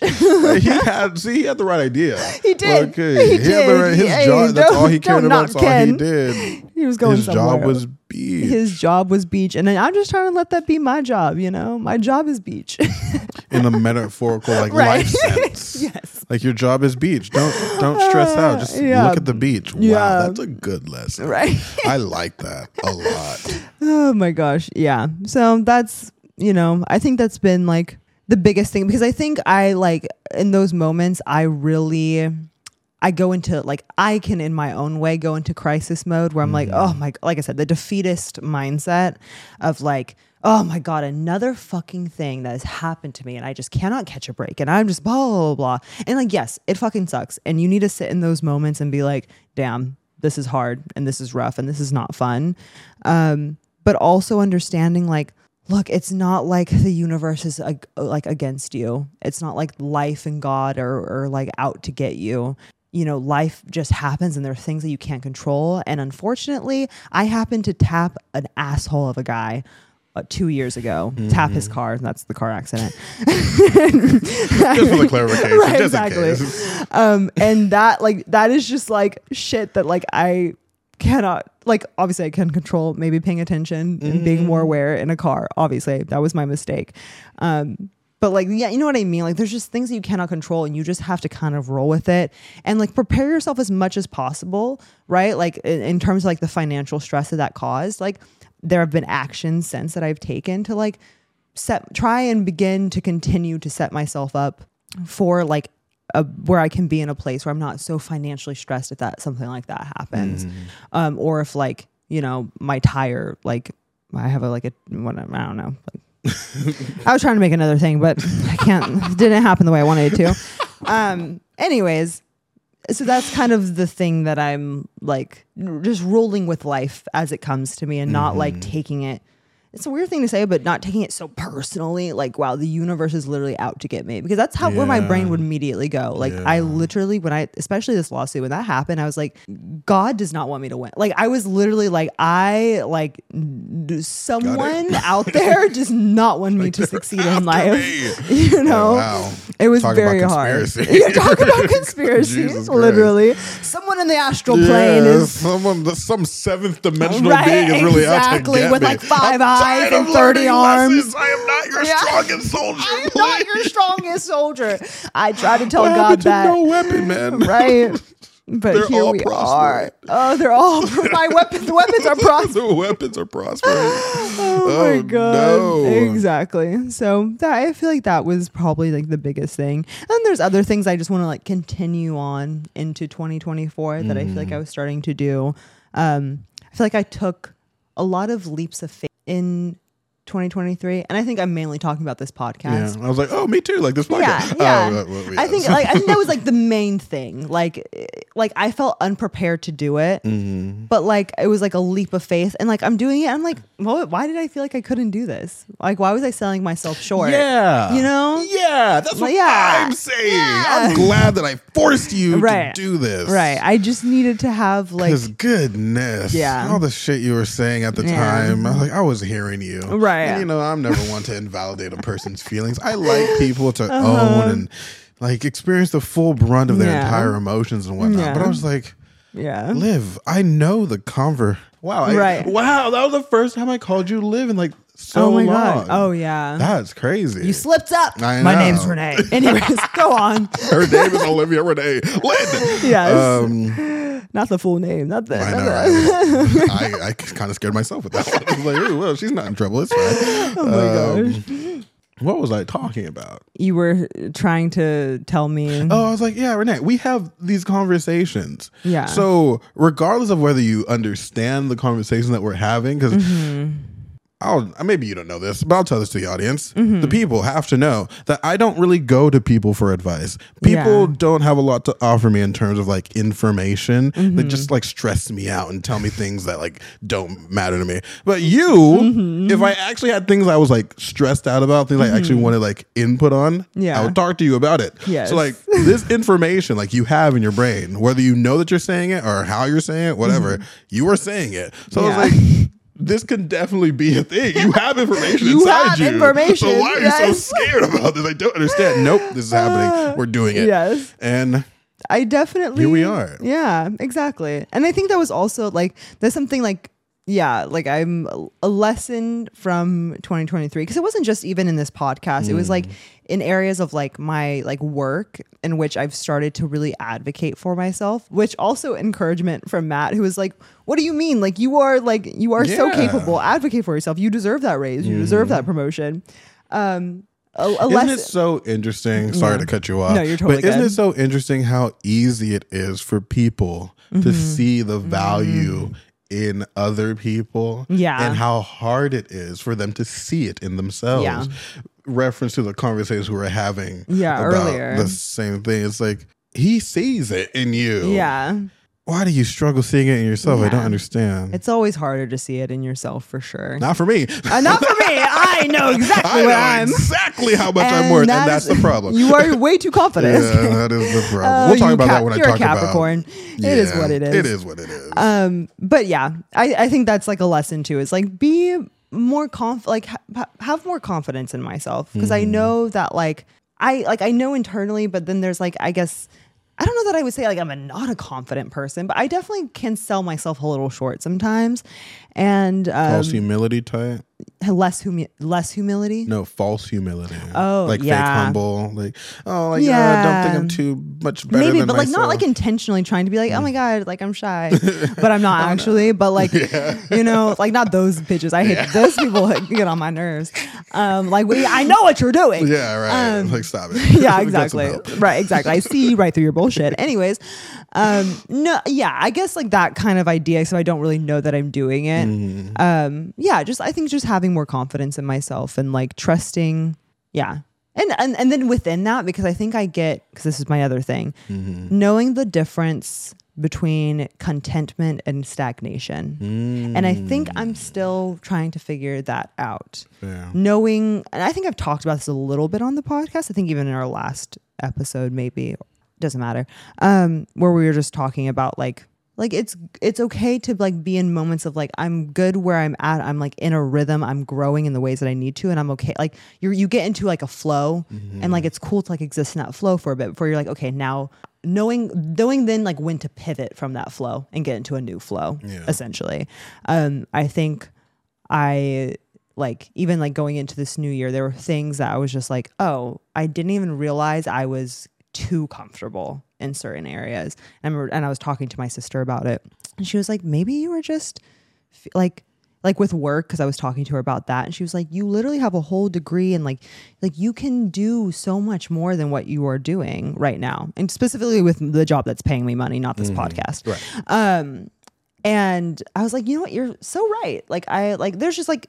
Speaker 1: he had see he had the right idea.
Speaker 2: He did.
Speaker 1: Okay.
Speaker 2: He
Speaker 1: He, had the
Speaker 2: did.
Speaker 1: right, his
Speaker 2: Hey,
Speaker 1: job. That's all he
Speaker 2: don't-
Speaker 1: cared
Speaker 2: don't
Speaker 1: about. That's
Speaker 2: knock
Speaker 1: all he
Speaker 2: Ken.
Speaker 1: did.
Speaker 2: He was going
Speaker 1: his
Speaker 2: somewhere.
Speaker 1: job was beach.
Speaker 2: his job was beach, and then I'm just trying to let that be my job. You know, my job is beach.
Speaker 1: in a metaphorical like
Speaker 2: Right.
Speaker 1: life sense.
Speaker 2: Yes. Uh,
Speaker 1: Like your job is beach. Don't don't stress out. Just
Speaker 2: Yeah.
Speaker 1: look at the beach. Wow,
Speaker 2: Yeah.
Speaker 1: that's a good lesson.
Speaker 2: Right.
Speaker 1: I like that a lot.
Speaker 2: oh my gosh, yeah. So that's you know, I think that's been like the biggest thing because I think I like in those moments I really. I go into like I can in my own way go into crisis mode where I'm like, oh my, like I said, the defeatist mindset of like, oh my god, another fucking thing that has happened to me, and I just cannot catch a break, and I'm just blah blah blah, blah. and like yes, it fucking sucks, and you need to sit in those moments and be like, damn, this is hard, and this is rough, and this is not fun, um, but also understanding like look it's not like the universe is like, uh, like against you it's not like life and god are, are like out to get you you know life just happens and there are things that you can't control and unfortunately i happened to tap an asshole of a guy uh, two years ago tap his car and that's the car accident
Speaker 1: Just for the clarification.
Speaker 2: Right,
Speaker 1: just
Speaker 2: exactly.
Speaker 1: in case.
Speaker 2: um and that like that is just like shit that like i cannot like obviously i can control maybe paying attention and being more aware in a car obviously that was my mistake um but like yeah you know what i mean like there's just things that you cannot control and you just have to kind of roll with it and like prepare yourself as much as possible right like in, in terms of like the financial stress that that caused like there have been actions since that i've taken to like set try and begin to continue to set myself up for like a, where I can be in a place where I'm not so financially stressed if that something like that happens, um, or if like you know my tire like I have a like a what I don't know. I was trying to make another thing, but I can't. it didn't happen the way I wanted it to. Um, anyways, so that's kind of the thing that I'm like r- just rolling with life as it comes to me and not like taking it. It's a weird thing to say, but not taking it so personally. Like, wow, the universe is literally out to get me because that's how where my
Speaker 1: Yeah.
Speaker 2: brain would immediately go. Like, I literally when I, especially this lawsuit when that happened, I was like, God does not want me to win. Like, I was literally like, I like n- d- someone out there does not want me to succeed in life. You know,
Speaker 1: Wow.
Speaker 2: it was
Speaker 1: Talk about
Speaker 2: very hard.
Speaker 1: conspiracy.
Speaker 2: You talk about conspiracies,
Speaker 1: Jesus Christ.
Speaker 2: literally. Someone in the astral plane
Speaker 1: Yeah,
Speaker 2: is
Speaker 1: someone, the- some seventh dimensional
Speaker 2: Right,
Speaker 1: being is really out
Speaker 2: exactly,
Speaker 1: to get
Speaker 2: with
Speaker 1: me.
Speaker 2: like
Speaker 1: I'm
Speaker 2: five
Speaker 1: tired
Speaker 2: eyes and
Speaker 1: of
Speaker 2: 30
Speaker 1: learning
Speaker 2: arms.
Speaker 1: lessons. I am not your
Speaker 2: Yeah.
Speaker 1: strongest soldier.
Speaker 2: I am not your strongest soldier. I tried to tell
Speaker 1: what
Speaker 2: God
Speaker 1: happened to
Speaker 2: that.
Speaker 1: no weapon, man?
Speaker 2: Right. But
Speaker 1: They're
Speaker 2: here
Speaker 1: all
Speaker 2: we are.
Speaker 1: prostrate.
Speaker 2: Oh, they're all my weapons. The weapons are prospering.
Speaker 1: the weapons are prospering.
Speaker 2: Oh,
Speaker 1: Oh,
Speaker 2: my god.
Speaker 1: no.
Speaker 2: Exactly. So that I feel like that was probably like the biggest thing. And there's other things I just want to like continue on into 2024 that I feel
Speaker 1: Mm.
Speaker 2: like I was starting to do. Um I feel like I took a lot of leaps of faith in 2023 and I think I'm mainly talking about this podcast.
Speaker 1: Yeah, I was like, oh, me too. Like this
Speaker 2: Yeah,
Speaker 1: podcast.
Speaker 2: yeah.
Speaker 1: Oh, well, well,
Speaker 2: I think
Speaker 1: yes.
Speaker 2: like I think that was like the main thing. Like eh, like I felt unprepared to do it,
Speaker 1: Mm-hmm.
Speaker 2: but like it was like a leap of faith, and like I'm doing it. I'm like, well, why did I feel like I couldn't do this? Like, why was I selling myself short?
Speaker 1: Yeah.
Speaker 2: You know?
Speaker 1: Yeah. That's what
Speaker 2: Like, yeah.
Speaker 1: I'm saying.
Speaker 2: Yeah.
Speaker 1: I'm glad that I forced you
Speaker 2: Right.
Speaker 1: to do this.
Speaker 2: Right. I just needed to have like
Speaker 1: Because goodness,
Speaker 2: Yeah.
Speaker 1: all the shit you were saying at the
Speaker 2: Yeah.
Speaker 1: time, I was like, I was hearing you,
Speaker 2: Right.
Speaker 1: And you know, I'm never one to invalidate a person's feelings. I like people to own and like experienced the full brunt of their
Speaker 2: Uh-huh. Yeah.
Speaker 1: entire emotions and whatnot.
Speaker 2: Yeah.
Speaker 1: But I was like,
Speaker 2: Yeah.
Speaker 1: Liv, I know the conver. Wow, I,
Speaker 2: Right.
Speaker 1: Wow, that was the first time I called you Liv in like so
Speaker 2: oh my
Speaker 1: long.
Speaker 2: god. Oh yeah.
Speaker 1: that's crazy.
Speaker 2: you slipped up.
Speaker 1: I
Speaker 2: My
Speaker 1: know.
Speaker 2: name's Renee. Anyways, go on.
Speaker 1: Her name is Olivia Renee. Lynn.
Speaker 2: Yes.
Speaker 1: Um,
Speaker 2: not the full name. Not the.
Speaker 1: I
Speaker 2: not
Speaker 1: know.
Speaker 2: the-
Speaker 1: right? I, I kind of scared myself with that one. I was like, "Ooh, well, she's not in trouble. It's fine. Uh,
Speaker 2: Oh
Speaker 1: Um,
Speaker 2: my gosh.
Speaker 1: What was I talking about?
Speaker 2: You were trying to tell me.
Speaker 1: Oh, I was like, yeah, Renee, we have these conversations.
Speaker 2: Yeah.
Speaker 1: So, regardless of whether you understand the conversation that we're having, because
Speaker 2: Mm-hmm.
Speaker 1: I'll maybe you don't know this, but I'll tell this to the audience.
Speaker 2: Mm-hmm.
Speaker 1: The people have to know that I don't really go to people for advice. People
Speaker 2: Yeah.
Speaker 1: don't have a lot to offer me in terms of like information. They just
Speaker 2: Mm-hmm.
Speaker 1: like stress me out and tell me things that like don't matter to me. But you,
Speaker 2: Mm-hmm.
Speaker 1: if I actually had things I was like stressed out about, things I actually wanted like input on,
Speaker 2: Yeah.
Speaker 1: I would talk to you about it.
Speaker 2: Yes.
Speaker 1: So like this information like you have in your brain, whether you know that you're saying it or how you're saying it, whatever, you are saying it. So
Speaker 2: Mm-hmm. Yeah.
Speaker 1: I was like, this can definitely be a thing. You have information
Speaker 2: You
Speaker 1: inside
Speaker 2: have
Speaker 1: you.
Speaker 2: information,
Speaker 1: So why are you
Speaker 2: yes. Uh,
Speaker 1: so scared about this? I don't understand. Nope, this is happening. We're doing it.
Speaker 2: yes.
Speaker 1: And
Speaker 2: I definitely
Speaker 1: Here we are.
Speaker 2: Yeah, exactly. And I think that was also like there's something like yeah, like I'm a lesson from 2023 because it wasn't just even in this podcast. It was like
Speaker 1: Mm.
Speaker 2: in areas of like my like work in which I've started to really advocate for myself, which also encouragement from Matt who was like, "What do you mean? Like you are like you are so
Speaker 1: Yeah. Mm-hmm.
Speaker 2: capable. Advocate for yourself. You deserve that raise. You deserve that promotion." Um a, a
Speaker 1: isn't
Speaker 2: lesson
Speaker 1: it so interesting? Sorry to cut you off.
Speaker 2: No, you're totally
Speaker 1: But isn't
Speaker 2: good.
Speaker 1: it so interesting how easy it is for people
Speaker 2: Mm-hmm.
Speaker 1: to see the value in other people?
Speaker 2: Yeah.
Speaker 1: And how hard it is for them to see it in themselves.
Speaker 2: Yeah.
Speaker 1: Reference to the conversations we were having
Speaker 2: Yeah,
Speaker 1: about
Speaker 2: earlier.
Speaker 1: the same thing. It's like he sees it in you.
Speaker 2: Yeah.
Speaker 1: Why do you struggle seeing it in yourself? I don't
Speaker 2: Yeah.
Speaker 1: understand.
Speaker 2: It's always harder to see it in yourself for sure.
Speaker 1: Not for me.
Speaker 2: Uh, not for me. I know exactly
Speaker 1: I
Speaker 2: what
Speaker 1: know
Speaker 2: I'm.
Speaker 1: exactly how much I'm
Speaker 2: And
Speaker 1: worth,
Speaker 2: that
Speaker 1: and that's
Speaker 2: is-
Speaker 1: the problem.
Speaker 2: You are way too confident.
Speaker 1: Yeah, that is the problem.
Speaker 2: Uh,
Speaker 1: we'll talk
Speaker 2: you
Speaker 1: about
Speaker 2: Cap-
Speaker 1: that when I
Speaker 2: you're a
Speaker 1: talk about
Speaker 2: Capricorn. It is
Speaker 1: Yeah,
Speaker 2: what it is.
Speaker 1: It is what it is.
Speaker 2: Um, but yeah, I, I think that's like a lesson too. Is like be more conf, like ha- ha- have more confidence in myself because
Speaker 1: Mm-hmm.
Speaker 2: I know that like I like I know internally, but then there's like I guess I don't know that I would say like I'm a not a confident person, but I definitely can sell myself a little short sometimes, and um,
Speaker 1: false humility type.
Speaker 2: less humi- less humility.
Speaker 1: No, false humility.
Speaker 2: Oh,
Speaker 1: like
Speaker 2: yeah.
Speaker 1: fake humble. Like oh, like uh,
Speaker 2: Yeah.
Speaker 1: I don't think I'm too much better.
Speaker 2: Maybe,
Speaker 1: than
Speaker 2: but like not
Speaker 1: myself. Mm.
Speaker 2: like intentionally trying to be like, oh my god, like I'm shy, but I'm not actually. But like, you know, like not those bitches. I hate those people. Like, get on my nerves. Um, like we, I know what you're doing.
Speaker 1: yeah, right.
Speaker 2: Um,
Speaker 1: like stop it.
Speaker 2: yeah,
Speaker 1: Get some
Speaker 2: exactly.
Speaker 1: help.
Speaker 2: right, exactly. I see you right through your bullshit. Anyways, um, no, yeah, I guess like that kind of idea. So I don't really know that I'm doing it.
Speaker 1: Mm-hmm.
Speaker 2: Um, yeah, just I think just having more confidence in myself and like trusting. Yeah. And, and and then within that, because I think I get because this is my other thing,
Speaker 1: Mm-hmm.
Speaker 2: knowing the difference between contentment and stagnation, and I think
Speaker 1: Mm.
Speaker 2: I'm still trying to figure that out
Speaker 1: Yeah.
Speaker 2: knowing and i think i've talked about this a little bit on the podcast i think even in our last episode maybe doesn't matter um where we were just talking about like like it's it's okay to like be in moments of like i'm good where i'm at i'm like in a rhythm i'm growing in the ways that i need to and i'm okay like you you get into like a flow and
Speaker 1: Mm-hmm.
Speaker 2: like it's cool to like exist in that flow for a bit before you're like okay now knowing knowing then like when to pivot from that flow and get into a new flow
Speaker 1: Yeah.
Speaker 2: essentially um i think I like even like going into this new year, there were things that I was just like, oh, I didn't even realize I was too comfortable in certain areas. And I, remember, and I was talking to my sister about it, and she was like, maybe you were just f- like like with work because I was talking to her about that, and she was like, you literally have a whole degree, and like like you can do so much more than what you are doing right now, and specifically with the job that's paying me money, not this podcast.
Speaker 1: Right.
Speaker 2: Um, and I was like, you know what, you're so right. Like I like there's just like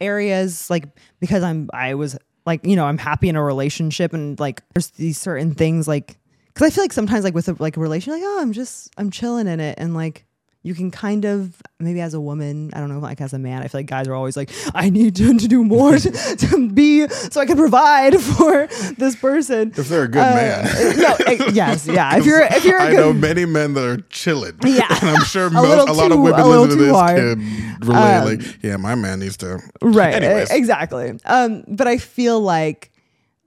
Speaker 2: areas like because I'm I was like you know I'm happy in a relationship and like there's these certain things like because I feel like sometimes like with a, like a relation like oh I'm just I'm chilling in it and like you can kind of maybe as a woman I don't know like as a man I feel like guys are always like I need to, to do more to, to be so I can provide for this person Uh,
Speaker 1: If they're a good man.
Speaker 2: no eh, yes yeah if you're if you're a
Speaker 1: I
Speaker 2: good
Speaker 1: know many men that are chilling.
Speaker 2: Yeah.
Speaker 1: and I'm sure
Speaker 2: little
Speaker 1: most, a lot of
Speaker 2: too-
Speaker 1: women
Speaker 2: a little
Speaker 1: listening to
Speaker 2: too
Speaker 1: this
Speaker 2: hard. Um,
Speaker 1: can relate. like, yeah, my man needs to.
Speaker 2: right e-
Speaker 1: Anyways.
Speaker 2: exactly um but i feel like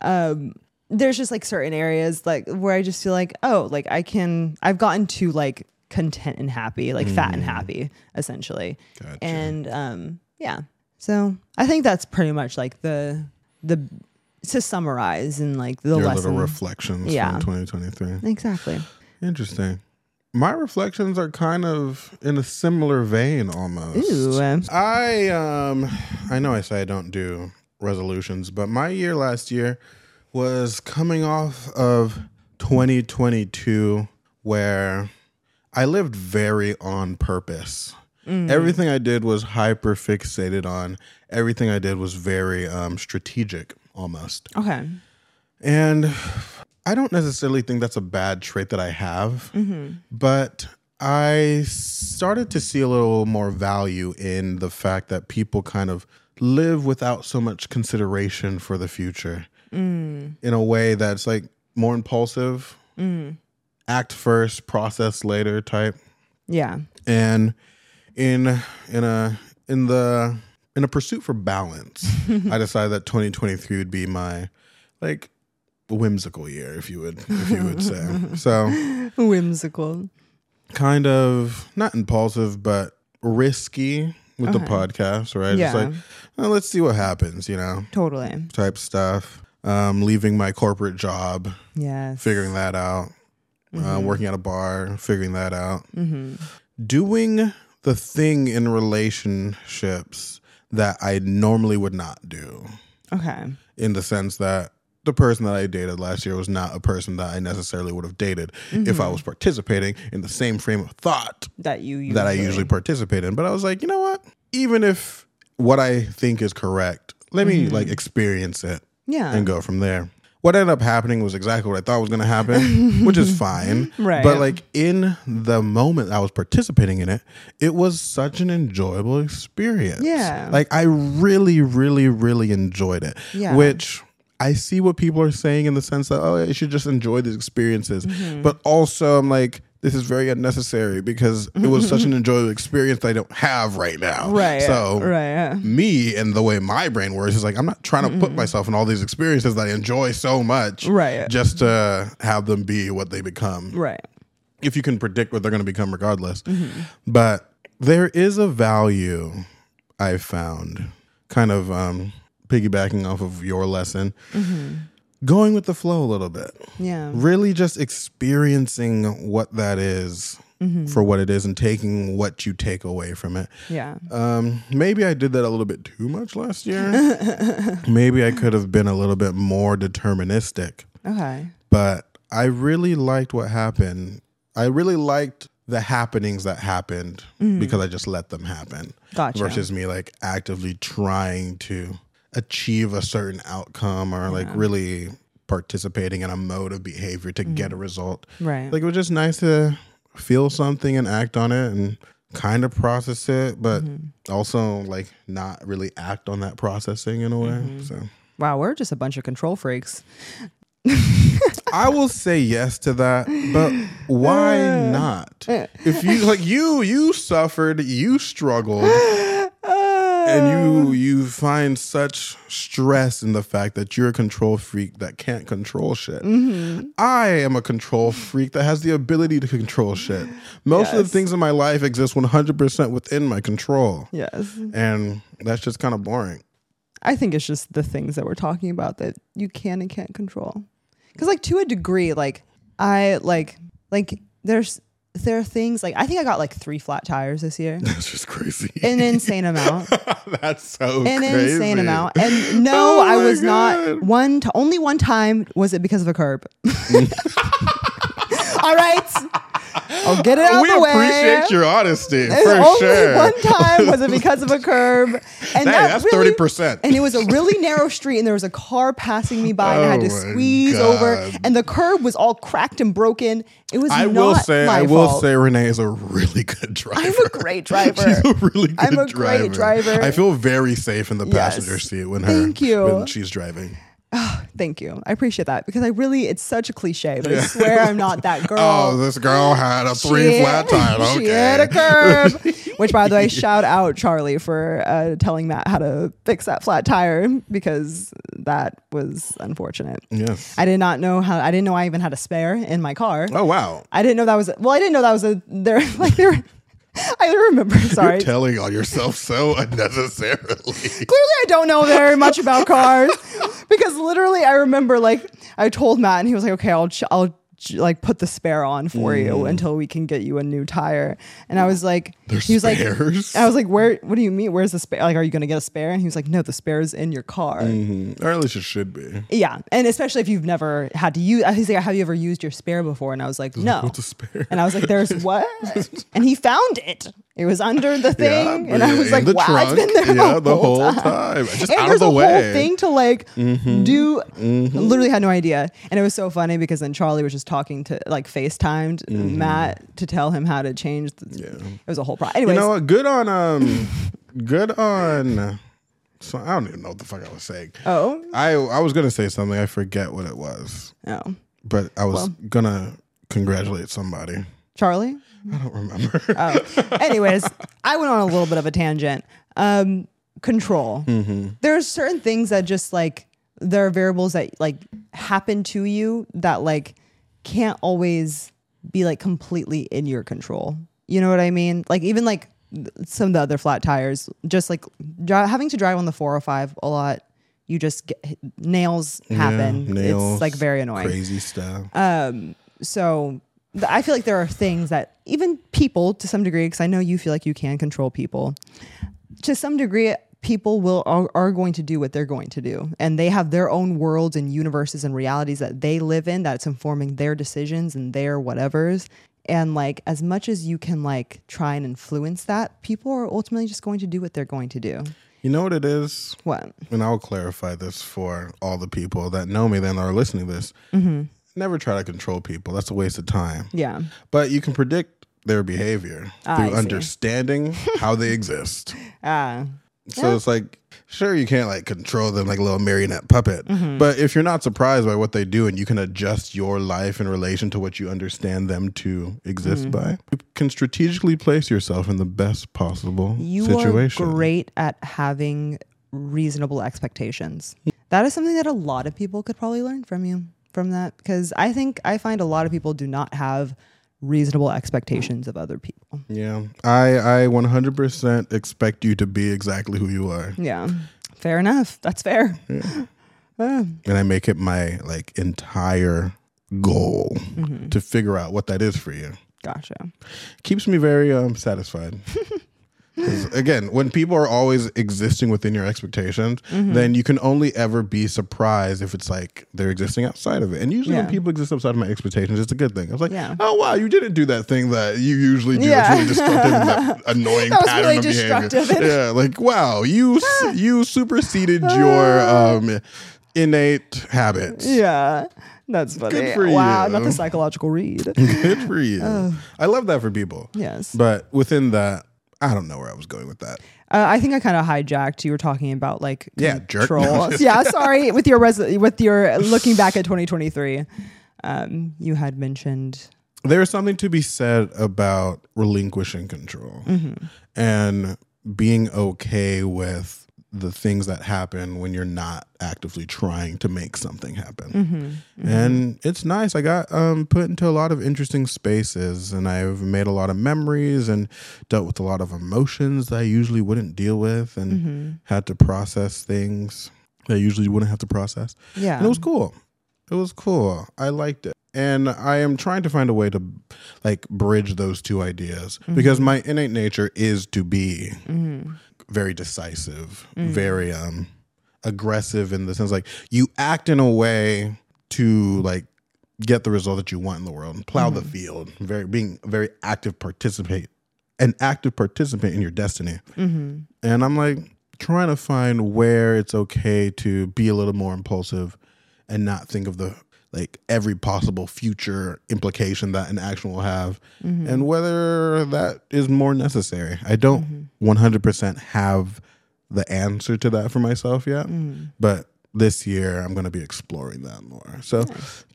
Speaker 2: um there's just like certain areas like where I just feel like, oh, like I can I've gotten to like content and happy, like fat and happy, essentially.
Speaker 1: Mm. Gotcha.
Speaker 2: And um yeah. So I think that's pretty much like the the to summarize and like the
Speaker 1: Your
Speaker 2: lesson.
Speaker 1: little reflections
Speaker 2: Yeah.
Speaker 1: from 2023.
Speaker 2: exactly.
Speaker 1: Interesting. My reflections are kind of in a similar vein almost.
Speaker 2: Ooh. um,
Speaker 1: I um I know I say I don't do resolutions, but my year last year was coming off of 2022 where I lived very on purpose. Everything I did was hyper fixated on. Everything I did was very um strategic almost.
Speaker 2: Okay.
Speaker 1: And I don't necessarily think that's a bad trait that I have, but I started to see a little more value in the fact that people kind of live without so much consideration for the future
Speaker 2: Mm,
Speaker 1: in a way that's like more impulsive, act first, process later type
Speaker 2: Yeah.
Speaker 1: and in in a in the in a pursuit for balance i decided that 2023 would be my like whimsical year if you would if you would say so
Speaker 2: Whimsical.
Speaker 1: kind of not impulsive but risky with the podcast right
Speaker 2: Yeah.
Speaker 1: it's like "Oh, let's see what happens you know
Speaker 2: Totally.
Speaker 1: type stuff um leaving my corporate job
Speaker 2: Yes.
Speaker 1: figuring that out, uh, working at a bar, figuring that out, doing the thing in relationships that I normally would not do,
Speaker 2: Okay.
Speaker 1: in the sense that the person that I dated last year was not a person that I necessarily would have dated if I was participating in the same frame of thought
Speaker 2: That you usually,
Speaker 1: that I usually participate in. But I was like, you know what? Even if what I think is correct, let me like experience it
Speaker 2: Yeah.
Speaker 1: and go from there. What ended up happening was exactly what I thought was going to happen, which is fine.
Speaker 2: Right.
Speaker 1: But like in the moment I was participating in it, it was such an enjoyable experience.
Speaker 2: Yeah.
Speaker 1: Like I really, really, really enjoyed it.
Speaker 2: Yeah.
Speaker 1: Which I see what people are saying in the sense that, oh, you should just enjoy these experiences.
Speaker 2: Mm-hmm.
Speaker 1: But also, I'm like, this is very unnecessary because it was such an enjoyable experience that I don't have right now.
Speaker 2: Right.
Speaker 1: So,
Speaker 2: right. yeah.
Speaker 1: me and the way my brain works is like I'm not trying to put myself in all these experiences that I enjoy so much,
Speaker 2: Mm-hmm. Right.
Speaker 1: Just to have them be what they become,
Speaker 2: Right. Mm-hmm.
Speaker 1: if you can predict what they're going to become, regardless. But there is a value I found, kind of um, piggybacking off of your lesson, going with the flow a little bit,
Speaker 2: Mm-hmm. Yeah.
Speaker 1: really just experiencing what that is
Speaker 2: Mm-hmm.
Speaker 1: For what it is, and taking what you take away from it.
Speaker 2: Yeah.
Speaker 1: Um, maybe I did that a little bit too much last year. maybe I could have been a little bit more deterministic,
Speaker 2: Okay.
Speaker 1: but I really liked what happened. I really liked the happenings that happened because I just let them happen
Speaker 2: Gotcha.
Speaker 1: versus me like actively trying to achieve a certain outcome or like really participating in a mode of behavior to get a result.
Speaker 2: Right.
Speaker 1: Like it was just nice to feel something and act on it and kind of process it, but also like not really act on that processing in a way. So
Speaker 2: wow, we're just a bunch of control freaks.
Speaker 1: I will say yes to that, but why not? If you like you you suffered, you struggled, Ah.
Speaker 2: Oh.
Speaker 1: and you you find such stress in the fact that you're a control freak that can't control shit.
Speaker 2: Mm-hmm.
Speaker 1: I am a control freak that has the ability to control shit. Most of the
Speaker 2: Yes.
Speaker 1: things in my life exist 100% within my control.
Speaker 2: Yes.
Speaker 1: And that's just kind of boring.
Speaker 2: I think it's just the things that we're talking about that you can and can't control. Cuz like to a degree like I like like there's there are things like I think I got like 3 flat tires this year.
Speaker 1: That's just crazy.
Speaker 2: An insane amount.
Speaker 1: that's so
Speaker 2: An
Speaker 1: crazy.
Speaker 2: insane amount. And no,
Speaker 1: Oh
Speaker 2: I
Speaker 1: my
Speaker 2: was
Speaker 1: God.
Speaker 2: not one t- only one time was it because of a curb. All right. I'll get it out
Speaker 1: we
Speaker 2: the way.
Speaker 1: appreciate your honesty
Speaker 2: It's
Speaker 1: for
Speaker 2: only
Speaker 1: sure.
Speaker 2: one time was it because of a curb, and that
Speaker 1: that's
Speaker 2: really-
Speaker 1: 30%.
Speaker 2: And it was a really narrow street, and there was a car passing me by, and I had to
Speaker 1: Oh my
Speaker 2: squeeze
Speaker 1: God.
Speaker 2: over, and the curb was all cracked and broken. It was.
Speaker 1: I
Speaker 2: not
Speaker 1: will say,
Speaker 2: my
Speaker 1: I will
Speaker 2: fault.
Speaker 1: say, Renee is a really good driver.
Speaker 2: I'm a great driver.
Speaker 1: She's a really good
Speaker 2: I'm a
Speaker 1: driver.
Speaker 2: great driver.
Speaker 1: I feel very safe in the
Speaker 2: Yes.
Speaker 1: passenger seat when her
Speaker 2: Thank you.
Speaker 1: when she's driving.
Speaker 2: Thank you. I appreciate that because I really, it's such a cliche, but I swear I'm not that girl.
Speaker 1: Oh, this girl had a three
Speaker 2: She-
Speaker 1: flat tire. Okay.
Speaker 2: She hit a curb. Which, by the way, shout out Charlie for uh, telling Matt how to fix that flat tire because that was unfortunate.
Speaker 1: Yes.
Speaker 2: I did not know how. I didn't know I even had a spare in my car.
Speaker 1: oh wow.
Speaker 2: I didn't know that was. A, well, I didn't know that was a. There, like there. I remember. Sorry.
Speaker 1: You're telling on yourself so unnecessarily.
Speaker 2: Clearly, I don't know very much about cars because literally, I remember like I told Matt, and he was like, "Okay, I'll ch- I'll ch- like put the spare on for you until we can get you a new tire." And I was like,
Speaker 1: Mm. There's
Speaker 2: he was like,
Speaker 1: spares?
Speaker 2: I was like, "Where? What do you mean? Where's the spare? Like, are you gonna get a spare?" And he was like, "No, the spare is in your car."
Speaker 1: or at least it should be.
Speaker 2: Yeah, and especially if you've never had to use. He's like, "Have you ever used your spare before?" And I was like, "No."
Speaker 1: What's a spare?
Speaker 2: And I was like, "There's what?" and he found it. It was under the thing, and I was
Speaker 1: in
Speaker 2: like,
Speaker 1: the
Speaker 2: "Wow, it's
Speaker 1: trunk.
Speaker 2: been there
Speaker 1: yeah,
Speaker 2: the, whole time."
Speaker 1: Just out
Speaker 2: and
Speaker 1: of
Speaker 2: there's
Speaker 1: the
Speaker 2: a
Speaker 1: way. Mm-hmm.
Speaker 2: whole thing to like do. Literally had no idea, and it was so funny because then Charlie was just talking to like FaceTimed Matt to tell him how to change. The,
Speaker 1: Mm-hmm. Yeah.
Speaker 2: It was a whole problem. Anyways,
Speaker 1: You know what? Good on um good on so I don't even know what the fuck I was saying.
Speaker 2: oh,
Speaker 1: I I was gonna say something, I forget what it was.
Speaker 2: oh,
Speaker 1: But I was gonna congratulate somebody.
Speaker 2: Charlie.
Speaker 1: I don't remember.
Speaker 2: Anyways, I went on a little bit of a tangent. Um, control.
Speaker 1: Mm-hmm.
Speaker 2: There are certain things that just like there are variables that like happen to you that like can't always be like completely in your control. You know what I mean? Like even like th- some of the other flat tires, just like dri- having to drive on the 405 a lot, you just get hit- nails happen.
Speaker 1: Yeah, nails,
Speaker 2: it's like very annoying
Speaker 1: Crazy stuff.
Speaker 2: Uh, so th- I feel like there are things that even people to some degree, because I know you feel like you can control people, to some degree, people will are, are going to do what they're going to do, and they have their own worlds and universes and realities that they live in that's informing their decisions and their whatevers. And like as much as you can like try and influence that, people are ultimately just going to do what they're going to do.
Speaker 1: you know what it is?
Speaker 2: What?
Speaker 1: and I'll clarify this for all the people that know me then are listening to this.
Speaker 2: Mm-hmm.
Speaker 1: Never try to control people. That's a waste of time.
Speaker 2: Yeah.
Speaker 1: But you can predict their behavior
Speaker 2: Ah, I
Speaker 1: through
Speaker 2: see.
Speaker 1: understanding how they exist.
Speaker 2: Ah.
Speaker 1: So it's like, sure, you can't like control them like a little marionette puppet.
Speaker 2: Mm-hmm.
Speaker 1: But if you're not surprised by what they do and you can adjust your life in relation to what you understand them to exist
Speaker 2: Mm-hmm.
Speaker 1: by, you can strategically place yourself in the best possible
Speaker 2: You
Speaker 1: situation.
Speaker 2: are great at having reasonable expectations. That is something that a lot of people could probably learn from you from that because I think I find a lot of people do not have reasonable expectations of other people.
Speaker 1: Yeah, I I 100% expect you to be exactly who you are,
Speaker 2: Yeah. Fair enough. That's fair. Uh,
Speaker 1: and I make it my like entire goal
Speaker 2: Mm-hmm.
Speaker 1: to figure out what that is for you.
Speaker 2: gotcha.
Speaker 1: Keeps me very um satisfied. 'Cause, Again, when people are always existing within your expectations,
Speaker 2: Mm-hmm.
Speaker 1: then you can only ever be surprised if it's like they're existing outside of it. And usually,
Speaker 2: Yeah.
Speaker 1: when people exist outside of my expectations, it's a good thing. I was like,
Speaker 2: Yeah.
Speaker 1: "Oh wow, you didn't do that thing that you usually do.
Speaker 2: Yeah.
Speaker 1: It's really destructive, and that annoying
Speaker 2: That was
Speaker 1: pattern
Speaker 2: really
Speaker 1: of
Speaker 2: destructive. Ah.
Speaker 1: behavior." Yeah, like wow, you s- you superseded your um, innate habits.
Speaker 2: Yeah. That's funny.
Speaker 1: Good for
Speaker 2: wow,
Speaker 1: you.
Speaker 2: not the psychological read.
Speaker 1: Good for you.
Speaker 2: Ah.
Speaker 1: I love that for people.
Speaker 2: yes.
Speaker 1: But within that, I don't know where I was going with that.
Speaker 2: Uh, I think I kind of hijacked. You were talking about like
Speaker 1: Yeah, jerk.
Speaker 2: control. yeah, sorry. With your res- with your looking back at 2023, um, you had mentioned
Speaker 1: there is something to be said about relinquishing control and being okay with the things that happen when you're not actively trying to make something happen. And it's nice. I got um, put into a lot of interesting spaces and I've made a lot of memories and dealt with a lot of emotions that I usually wouldn't deal with and had to process things that I usually wouldn't have to process.
Speaker 2: yeah.
Speaker 1: And it was cool. It was cool. I liked it. And I am trying to find a way to like bridge those two ideas because my innate nature is to be
Speaker 2: Mm-hmm.
Speaker 1: very decisive, very um aggressive in the sense like you act in a way to like get the result that you want in the world, plow the field, very being a very active participate an active participant in your destiny.
Speaker 2: Mm-hmm.
Speaker 1: And I'm like trying to find where it's okay to be a little more impulsive and not think of the like every possible future implication that an action will have and whether that is more necessary. I don't 100% have the answer to that for myself yet, but this year I'm going to be exploring that more. So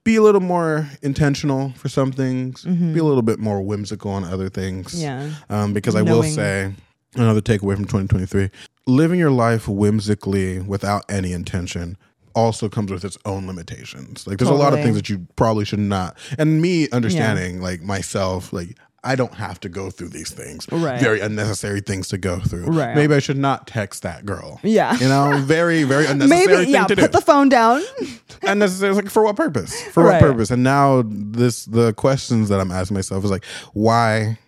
Speaker 1: be a little more intentional for some things, be a little bit more whimsical on other things.
Speaker 2: Yeah.
Speaker 1: Um, because I will
Speaker 2: Knowing-
Speaker 1: say another takeaway from 2023 living your life whimsically without any intention also comes with its own limitations. Like there's a lot of
Speaker 2: Totally.
Speaker 1: things that you probably should not. And me understanding like myself, like I don't have to go through these things.
Speaker 2: Right.
Speaker 1: Very unnecessary things to go through.
Speaker 2: Right.
Speaker 1: Maybe I should not text that girl.
Speaker 2: Yeah.
Speaker 1: You know, very, very unnecessary
Speaker 2: Maybe,
Speaker 1: thing
Speaker 2: yeah,
Speaker 1: to
Speaker 2: put
Speaker 1: do.
Speaker 2: the phone down.
Speaker 1: unnecessary like for what purpose? For
Speaker 2: Right.
Speaker 1: what purpose? And now this the questions that I'm asking myself is like, why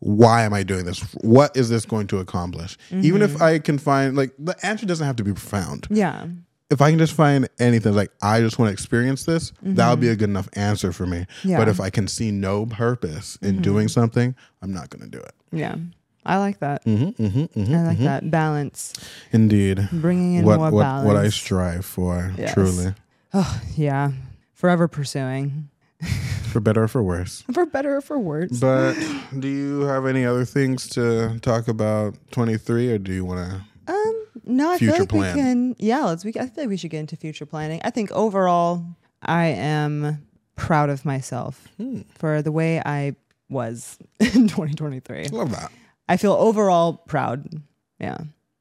Speaker 1: why am I doing this? What is this going to accomplish? Even
Speaker 2: Mm-hmm.
Speaker 1: if I can find like the answer doesn't have to be profound
Speaker 2: Yeah.
Speaker 1: if I can just find anything like I just want to experience this, that would be a good enough answer for me.
Speaker 2: Mm-hmm. Yeah. Mm-hmm.
Speaker 1: But if I can see no purpose in doing something, I'm not going to do it.
Speaker 2: Yeah. I like that. I like that balance.
Speaker 1: Indeed.
Speaker 2: Bringing in
Speaker 1: what
Speaker 2: more
Speaker 1: what
Speaker 2: balance.
Speaker 1: what I strive for
Speaker 2: Yes.
Speaker 1: truly,
Speaker 2: Oh, yeah. Forever pursuing.
Speaker 1: for better or for worse.
Speaker 2: For better or for worse.
Speaker 1: But do you have any other things to talk about 23 or do you want to
Speaker 2: Um, no, I
Speaker 1: Future
Speaker 2: feel like
Speaker 1: plan.
Speaker 2: we can. Yeah, let's. We, I feel like we should get into future planning. I think overall, I am proud of myself for the way I was in 2023.
Speaker 1: Love that.
Speaker 2: I feel overall proud. Yeah,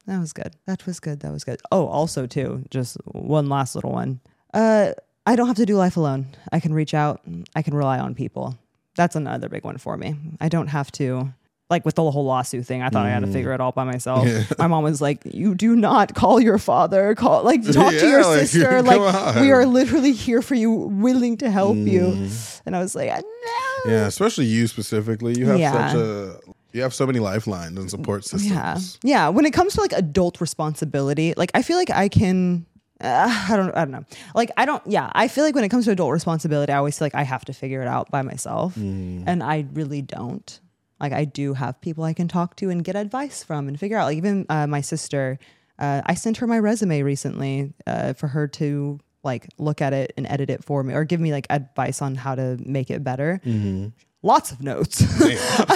Speaker 2: that was good. That was good. That was good. Oh, also too, just one last little one. Uh, I don't have to do life alone. I can reach out. I can rely on people. That's another big one for me. I don't have to. Like with the whole lawsuit thing, I thought I had
Speaker 1: Mm.
Speaker 2: to figure it all by myself. My mom was like, "You do not call your father. Call like talk to
Speaker 1: Yeah,
Speaker 2: your
Speaker 1: like,
Speaker 2: sister.
Speaker 1: come
Speaker 2: Like
Speaker 1: on."
Speaker 2: we are literally here for you, willing to help you."
Speaker 1: Mm.
Speaker 2: And I was like, "No,
Speaker 1: Yeah, especially you specifically. You have
Speaker 2: Yeah.
Speaker 1: such a you have so many lifelines and support systems.
Speaker 2: Yeah. Yeah. When it comes to like adult responsibility, like I feel like I can. Uh, I don't. I don't know. Like I don't. Yeah, I feel like when it comes to adult responsibility, I always feel like I have to figure it out by myself,
Speaker 1: Mm.
Speaker 2: and I really don't. Like I do have people I can talk to and get advice from and figure out. Like even uh, my sister, uh, I sent her my resume recently uh, for her to like look at it and edit it for me or give me like advice on how to make it better.
Speaker 1: Mm-hmm.
Speaker 2: Lots of notes. Um,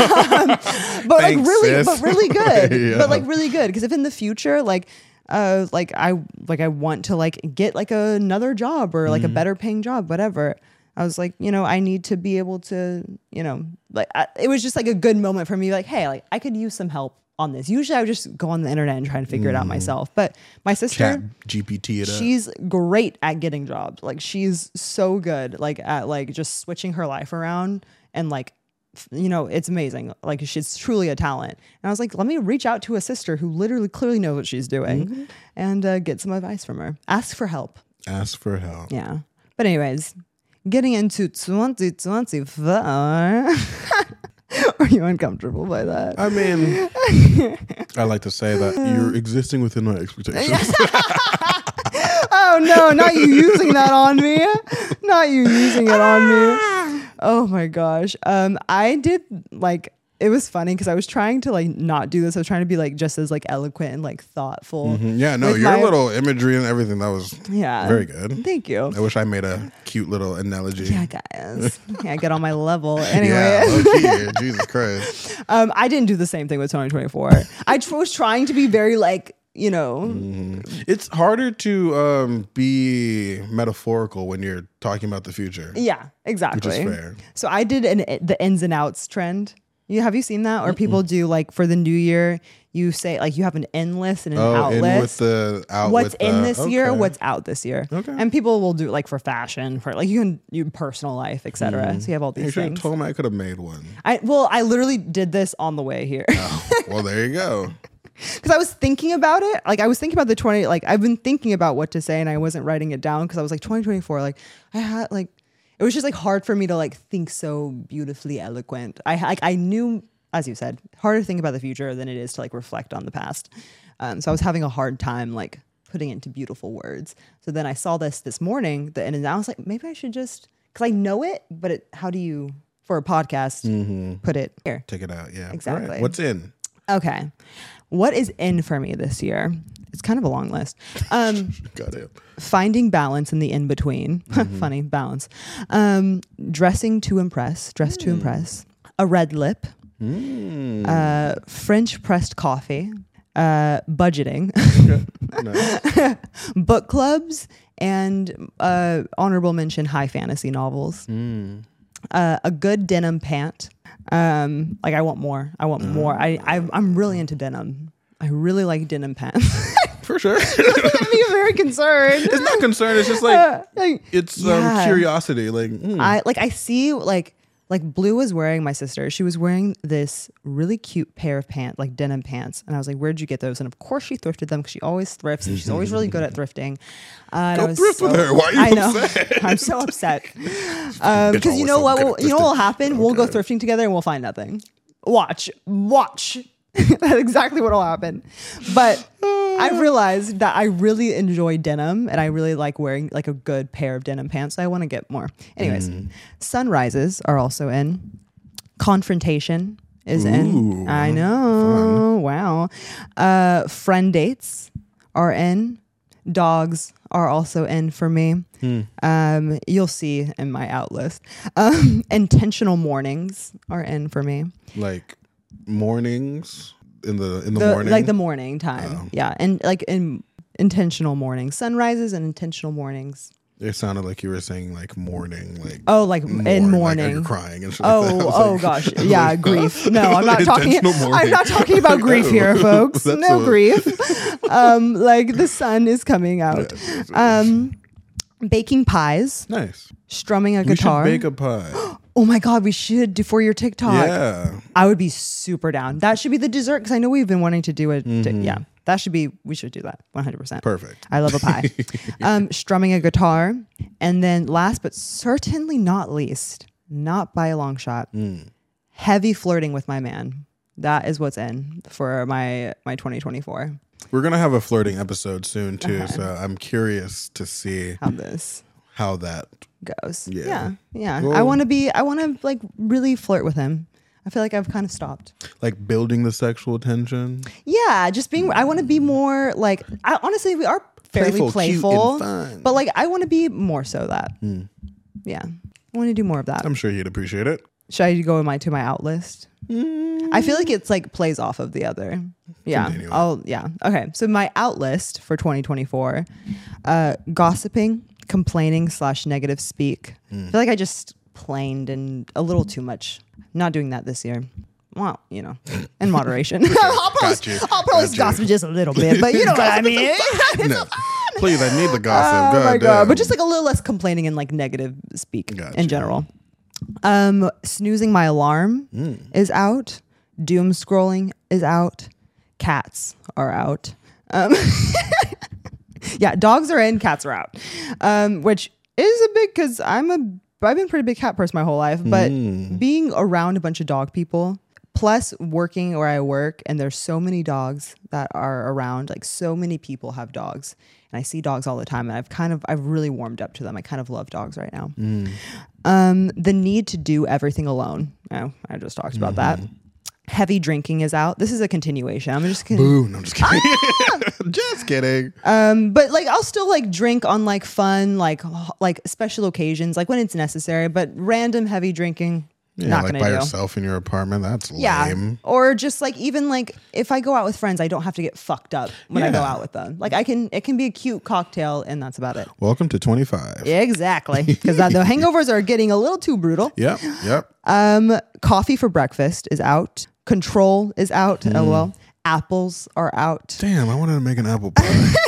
Speaker 2: but like
Speaker 1: Thanks,
Speaker 2: really,
Speaker 1: sis.
Speaker 2: but really good.
Speaker 1: Yeah.
Speaker 2: But like really good because if in the future, like, uh, like I like I want to like get like another job or like
Speaker 1: Mm-hmm.
Speaker 2: a better paying job, whatever. I was like, you know, I need to be able to, you know, like I, it was just like a good moment for me. Like, hey, like I could use some help on this. Usually, I would just go on the internet and try and figure it out myself. But my sister,
Speaker 1: Mm. Chat GPT it up.
Speaker 2: she's great at getting jobs. Like she's so good, like at like just switching her life around and like, f- you know, it's amazing. Like she's truly a talent. And I was like, let me reach out to a sister who literally clearly knows what she's doing and uh, get some advice from her. Ask for help.
Speaker 1: Ask for help.
Speaker 2: Yeah. But anyways, getting into 2024. Are you uncomfortable by that?
Speaker 1: I mean, I like to say that you're existing within my expectations.
Speaker 2: Oh no, not you using that on me. Not you using it on me. Oh my gosh. Um I did like it was funny because I was trying to like not do this. I was trying to be like just as like eloquent and like thoughtful.
Speaker 1: yeah, no,
Speaker 2: With
Speaker 1: your
Speaker 2: my-
Speaker 1: little imagery and everything that was
Speaker 2: Yeah.
Speaker 1: very good.
Speaker 2: Thank you.
Speaker 1: I wish I made a cute little analogy.
Speaker 2: Yeah, guys. Yeah, get on my level. Anyway.
Speaker 1: Yeah, low-key, Jesus Christ.
Speaker 2: Um, I didn't do the same thing with Tony 24. I tr- was trying to be very like, you know,
Speaker 1: It's harder to um, be metaphorical when you're talking about the future,
Speaker 2: yeah,
Speaker 1: which
Speaker 2: exactly.
Speaker 1: is fair.
Speaker 2: So I did an the ins and outs trend. You have you seen that? Or people do like for the new year, you say like you have an in list and an
Speaker 1: Oh,
Speaker 2: out
Speaker 1: in with
Speaker 2: list.
Speaker 1: the out.
Speaker 2: what's
Speaker 1: with
Speaker 2: in
Speaker 1: the-
Speaker 2: this year,
Speaker 1: okay.
Speaker 2: what's out this year.
Speaker 1: Okay.
Speaker 2: And people will do it, like for fashion, for like you can you personal life, etc. So you have all
Speaker 1: You
Speaker 2: these
Speaker 1: should have
Speaker 2: things.
Speaker 1: told me Mm. I could have made one. Oh,
Speaker 2: I well, I literally did this on the way here.
Speaker 1: well, there you go.
Speaker 2: because I was thinking about it. Like I was thinking about the twenty. Like I've been thinking about what to say, and I wasn't writing it down because I was like twenty twenty four. Like I had like it was just like hard for me to like think so beautifully eloquent. I like I knew as you said harder to think about the future than it is to like reflect on the past. Um, so I was having a hard time like putting it into beautiful words. So then I saw this this morning, the, and I was like, maybe I should just because I know it, but it, how do you for a podcast put it here?
Speaker 1: Take it out. Yeah. All right.
Speaker 2: Exactly.
Speaker 1: What's in?
Speaker 2: Okay. What is in for me this year? It's kind of a long list. Um,
Speaker 1: Got it.
Speaker 2: finding balance in the in between. Funny, balance. Um, dressing to impress, dress to impress. A red lip.
Speaker 1: Hmm.
Speaker 2: Uh, French pressed coffee. Uh, budgeting.
Speaker 1: Okay. Nice.
Speaker 2: book clubs and uh, honorable mention high fantasy
Speaker 1: Hmm.
Speaker 2: novels. Uh, a good denim pant. Um, like I want more. I want more. I, I I'm really into denim. I really like denim pants.
Speaker 1: For sure.
Speaker 2: I'm being very concerned.
Speaker 1: it's not concern. It's just like
Speaker 2: Like,
Speaker 1: it's um,
Speaker 2: Uh, yeah.
Speaker 1: curiosity. Like mm,
Speaker 2: I like I see like like Blue was wearing my sister. She was wearing this really cute pair of pants, like denim pants, and I was like, "Where'd you get those?" And of course, she thrifted them because she always thrifts. And she's always really good at thrifting. Uh, and I was
Speaker 1: thrift with her. Why are you
Speaker 2: I know.
Speaker 1: upset?
Speaker 2: I'm so upset because
Speaker 1: always
Speaker 2: Um, you know
Speaker 1: so
Speaker 2: what
Speaker 1: good
Speaker 2: will,
Speaker 1: at
Speaker 2: you know what will
Speaker 1: thrifting.
Speaker 2: happen. We'll go thrifting together and we'll find nothing. Watch, watch. That's exactly what will happen. But I realized that I really enjoy denim and I really like wearing like a good pair of denim pants. I want to get more. Anyways, sunrises are also in. Confrontation is in.
Speaker 1: Ooh, uh-huh.
Speaker 2: I know. Wow. Uh, friend dates are in. Dogs are also in for me.
Speaker 1: Hmm.
Speaker 2: Um, you'll see in my out list. Um, intentional mornings are in for me.
Speaker 1: like mornings in the in the,
Speaker 2: The-
Speaker 1: morning. Oh.
Speaker 2: like the morning time. Yeah. And like in intentional mornings, sunrises and intentional mornings.
Speaker 1: it sounded like you were saying like morning, like
Speaker 2: Oh, like in
Speaker 1: like, are
Speaker 2: morning.
Speaker 1: you crying and shit like that. I
Speaker 2: Oh,
Speaker 1: was
Speaker 2: oh
Speaker 1: like,
Speaker 2: gosh, yeah, grief. No, I'm not talking.
Speaker 1: Intentional mourning.
Speaker 2: I'm not talking about grief here, folks.
Speaker 1: That's
Speaker 2: no
Speaker 1: a-
Speaker 2: grief. Um, like the sun is coming out. Um, baking pies,
Speaker 1: nice.
Speaker 2: strumming a
Speaker 1: We
Speaker 2: guitar.
Speaker 1: should bake a pie.
Speaker 2: oh my god, we should do for your TikTok.
Speaker 1: yeah.
Speaker 2: I would be super down. That should be the dessert because I know we've been wanting to do it.
Speaker 1: Mm-hmm.
Speaker 2: yeah, that should be. We should do that. 100. percent
Speaker 1: Perfect.
Speaker 2: I love a pie. um, strumming a guitar, and then last but certainly not least, not by a long shot,
Speaker 1: Hmm.
Speaker 2: heavy flirting with my man. That is what's in for my my 2024.
Speaker 1: We're gonna have a flirting episode soon too, so I'm curious to see
Speaker 2: How this
Speaker 1: how that.
Speaker 2: goes.
Speaker 1: Hmm. Yeah.
Speaker 2: yeah. yeah. I
Speaker 1: Well-
Speaker 2: want to be. I want to like really flirt with him. I feel like I've kind of stopped.
Speaker 1: Like building the sexual tension,
Speaker 2: Yeah, just being. I want to be more like. I honestly, we are fairly
Speaker 1: Playful,
Speaker 2: playful,
Speaker 1: cute, and fun. Hmm.
Speaker 2: but like I want to be more so that. Yeah, I want to do more of that.
Speaker 1: I'm sure you'd appreciate it.
Speaker 2: Should I go in my to my out list? I feel like it's like plays off of the other. Yeah.
Speaker 1: Continue.
Speaker 2: I'll yeah. Okay. So my out list for 2024, uh, gossiping, complaining slash negative speak.
Speaker 1: Hmm.
Speaker 2: I feel like I just plained and a little too much. Not doing that this year. Well, you know, in moderation. I'll
Speaker 1: Got
Speaker 2: probably,
Speaker 1: you.
Speaker 2: I'll probably
Speaker 1: Got you.
Speaker 2: gossip just a little bit, but you know what I mean.
Speaker 1: no, please, I need the gossip.
Speaker 2: Oh my
Speaker 1: God
Speaker 2: god!
Speaker 1: damn.
Speaker 2: But just like a little less complaining and like negative speak
Speaker 1: Gotcha.
Speaker 2: in general. Um, snoozing my alarm
Speaker 1: Hmm.
Speaker 2: is out. Doom scrolling is out. Cats are out. Um, yeah, dogs are in, cats are out. Um, which is a big because I'm a I've been a pretty big cat person my whole life, but being around a bunch of dog people. Plus, working where I work, and there's so many dogs that are around. Like, so many people have dogs, and I see dogs all the time. And I've kind of, I've really warmed up to them. I kind of love dogs right now um, the need to do everything alone. Oh, I just talked about that. Heavy drinking is out. This is a continuation. I'm just kidding.
Speaker 1: Ooh, no, I'm just kidding. just kidding.
Speaker 2: Um, but like I'll still like drink on like fun, like h- like special occasions, like when it's necessary. But random heavy drinking,
Speaker 1: Yeah,
Speaker 2: not
Speaker 1: like
Speaker 2: gonna
Speaker 1: by
Speaker 2: do.
Speaker 1: yourself in your apartment. That's
Speaker 2: Yeah,
Speaker 1: lame.
Speaker 2: or just like even like if I go out with friends, I don't have to get fucked up when I go
Speaker 1: Yeah.
Speaker 2: out with them. Like I can, it can be a cute cocktail, and that's about it.
Speaker 1: Welcome to 25.
Speaker 2: Exactly, because the hangovers are getting a little too brutal.
Speaker 1: Yep, yep.
Speaker 2: Um, coffee for breakfast is out. Control is out.
Speaker 1: Hmm.
Speaker 2: LOL. Apples are out.
Speaker 1: Damn, I wanted to make an apple pie.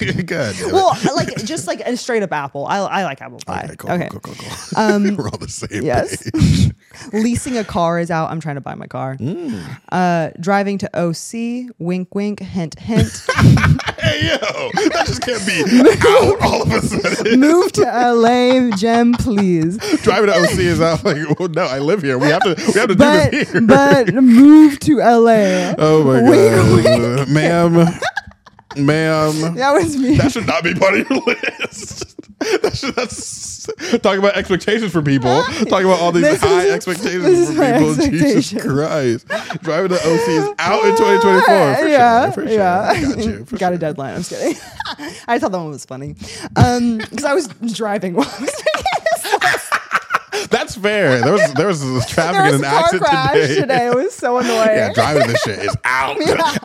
Speaker 1: God. damn it.
Speaker 2: Well, like just like a straight up apple. I, I like apple pie.
Speaker 1: Okay,
Speaker 2: Okay. Um,
Speaker 1: cool, cool, cool, cool, cool. We're all the same.
Speaker 2: yes.
Speaker 1: page.
Speaker 2: Leasing a car is out. I'm trying to buy my car.
Speaker 1: Mm.
Speaker 2: Uh, driving to OC. Wink, wink. Hint, hint.
Speaker 1: Hey, yo, that just can't be out all of a sudden.
Speaker 2: Move to LA, Gem, please.
Speaker 1: Driving to OC is out. Like, well, no, I live here. We have to. We have to
Speaker 2: But
Speaker 1: do this here.
Speaker 2: but move to LA.
Speaker 1: Oh my
Speaker 2: Wink, wink.
Speaker 1: god, ma'am, ma'am.
Speaker 2: That was me.
Speaker 1: That should not be part of your list. That should, that's talking about expectations for people. Talking about all these
Speaker 2: This is-
Speaker 1: high
Speaker 2: this
Speaker 1: expectations
Speaker 2: is
Speaker 1: for
Speaker 2: my
Speaker 1: people.
Speaker 2: expectation.
Speaker 1: Jesus Christ! Driving the OC is out in 2024. For
Speaker 2: yeah,
Speaker 1: sure. For sure.
Speaker 2: yeah.
Speaker 1: Got you. For
Speaker 2: Got a
Speaker 1: sure.
Speaker 2: deadline. I'm just kidding. I thought that Um, one was funny because I was driving while I was making this.
Speaker 1: That's fair. There was there was traffic
Speaker 2: There was
Speaker 1: and
Speaker 2: a
Speaker 1: an
Speaker 2: car
Speaker 1: accident
Speaker 2: crash
Speaker 1: today.
Speaker 2: today. It was so annoying.
Speaker 1: Yeah, driving this shit is out,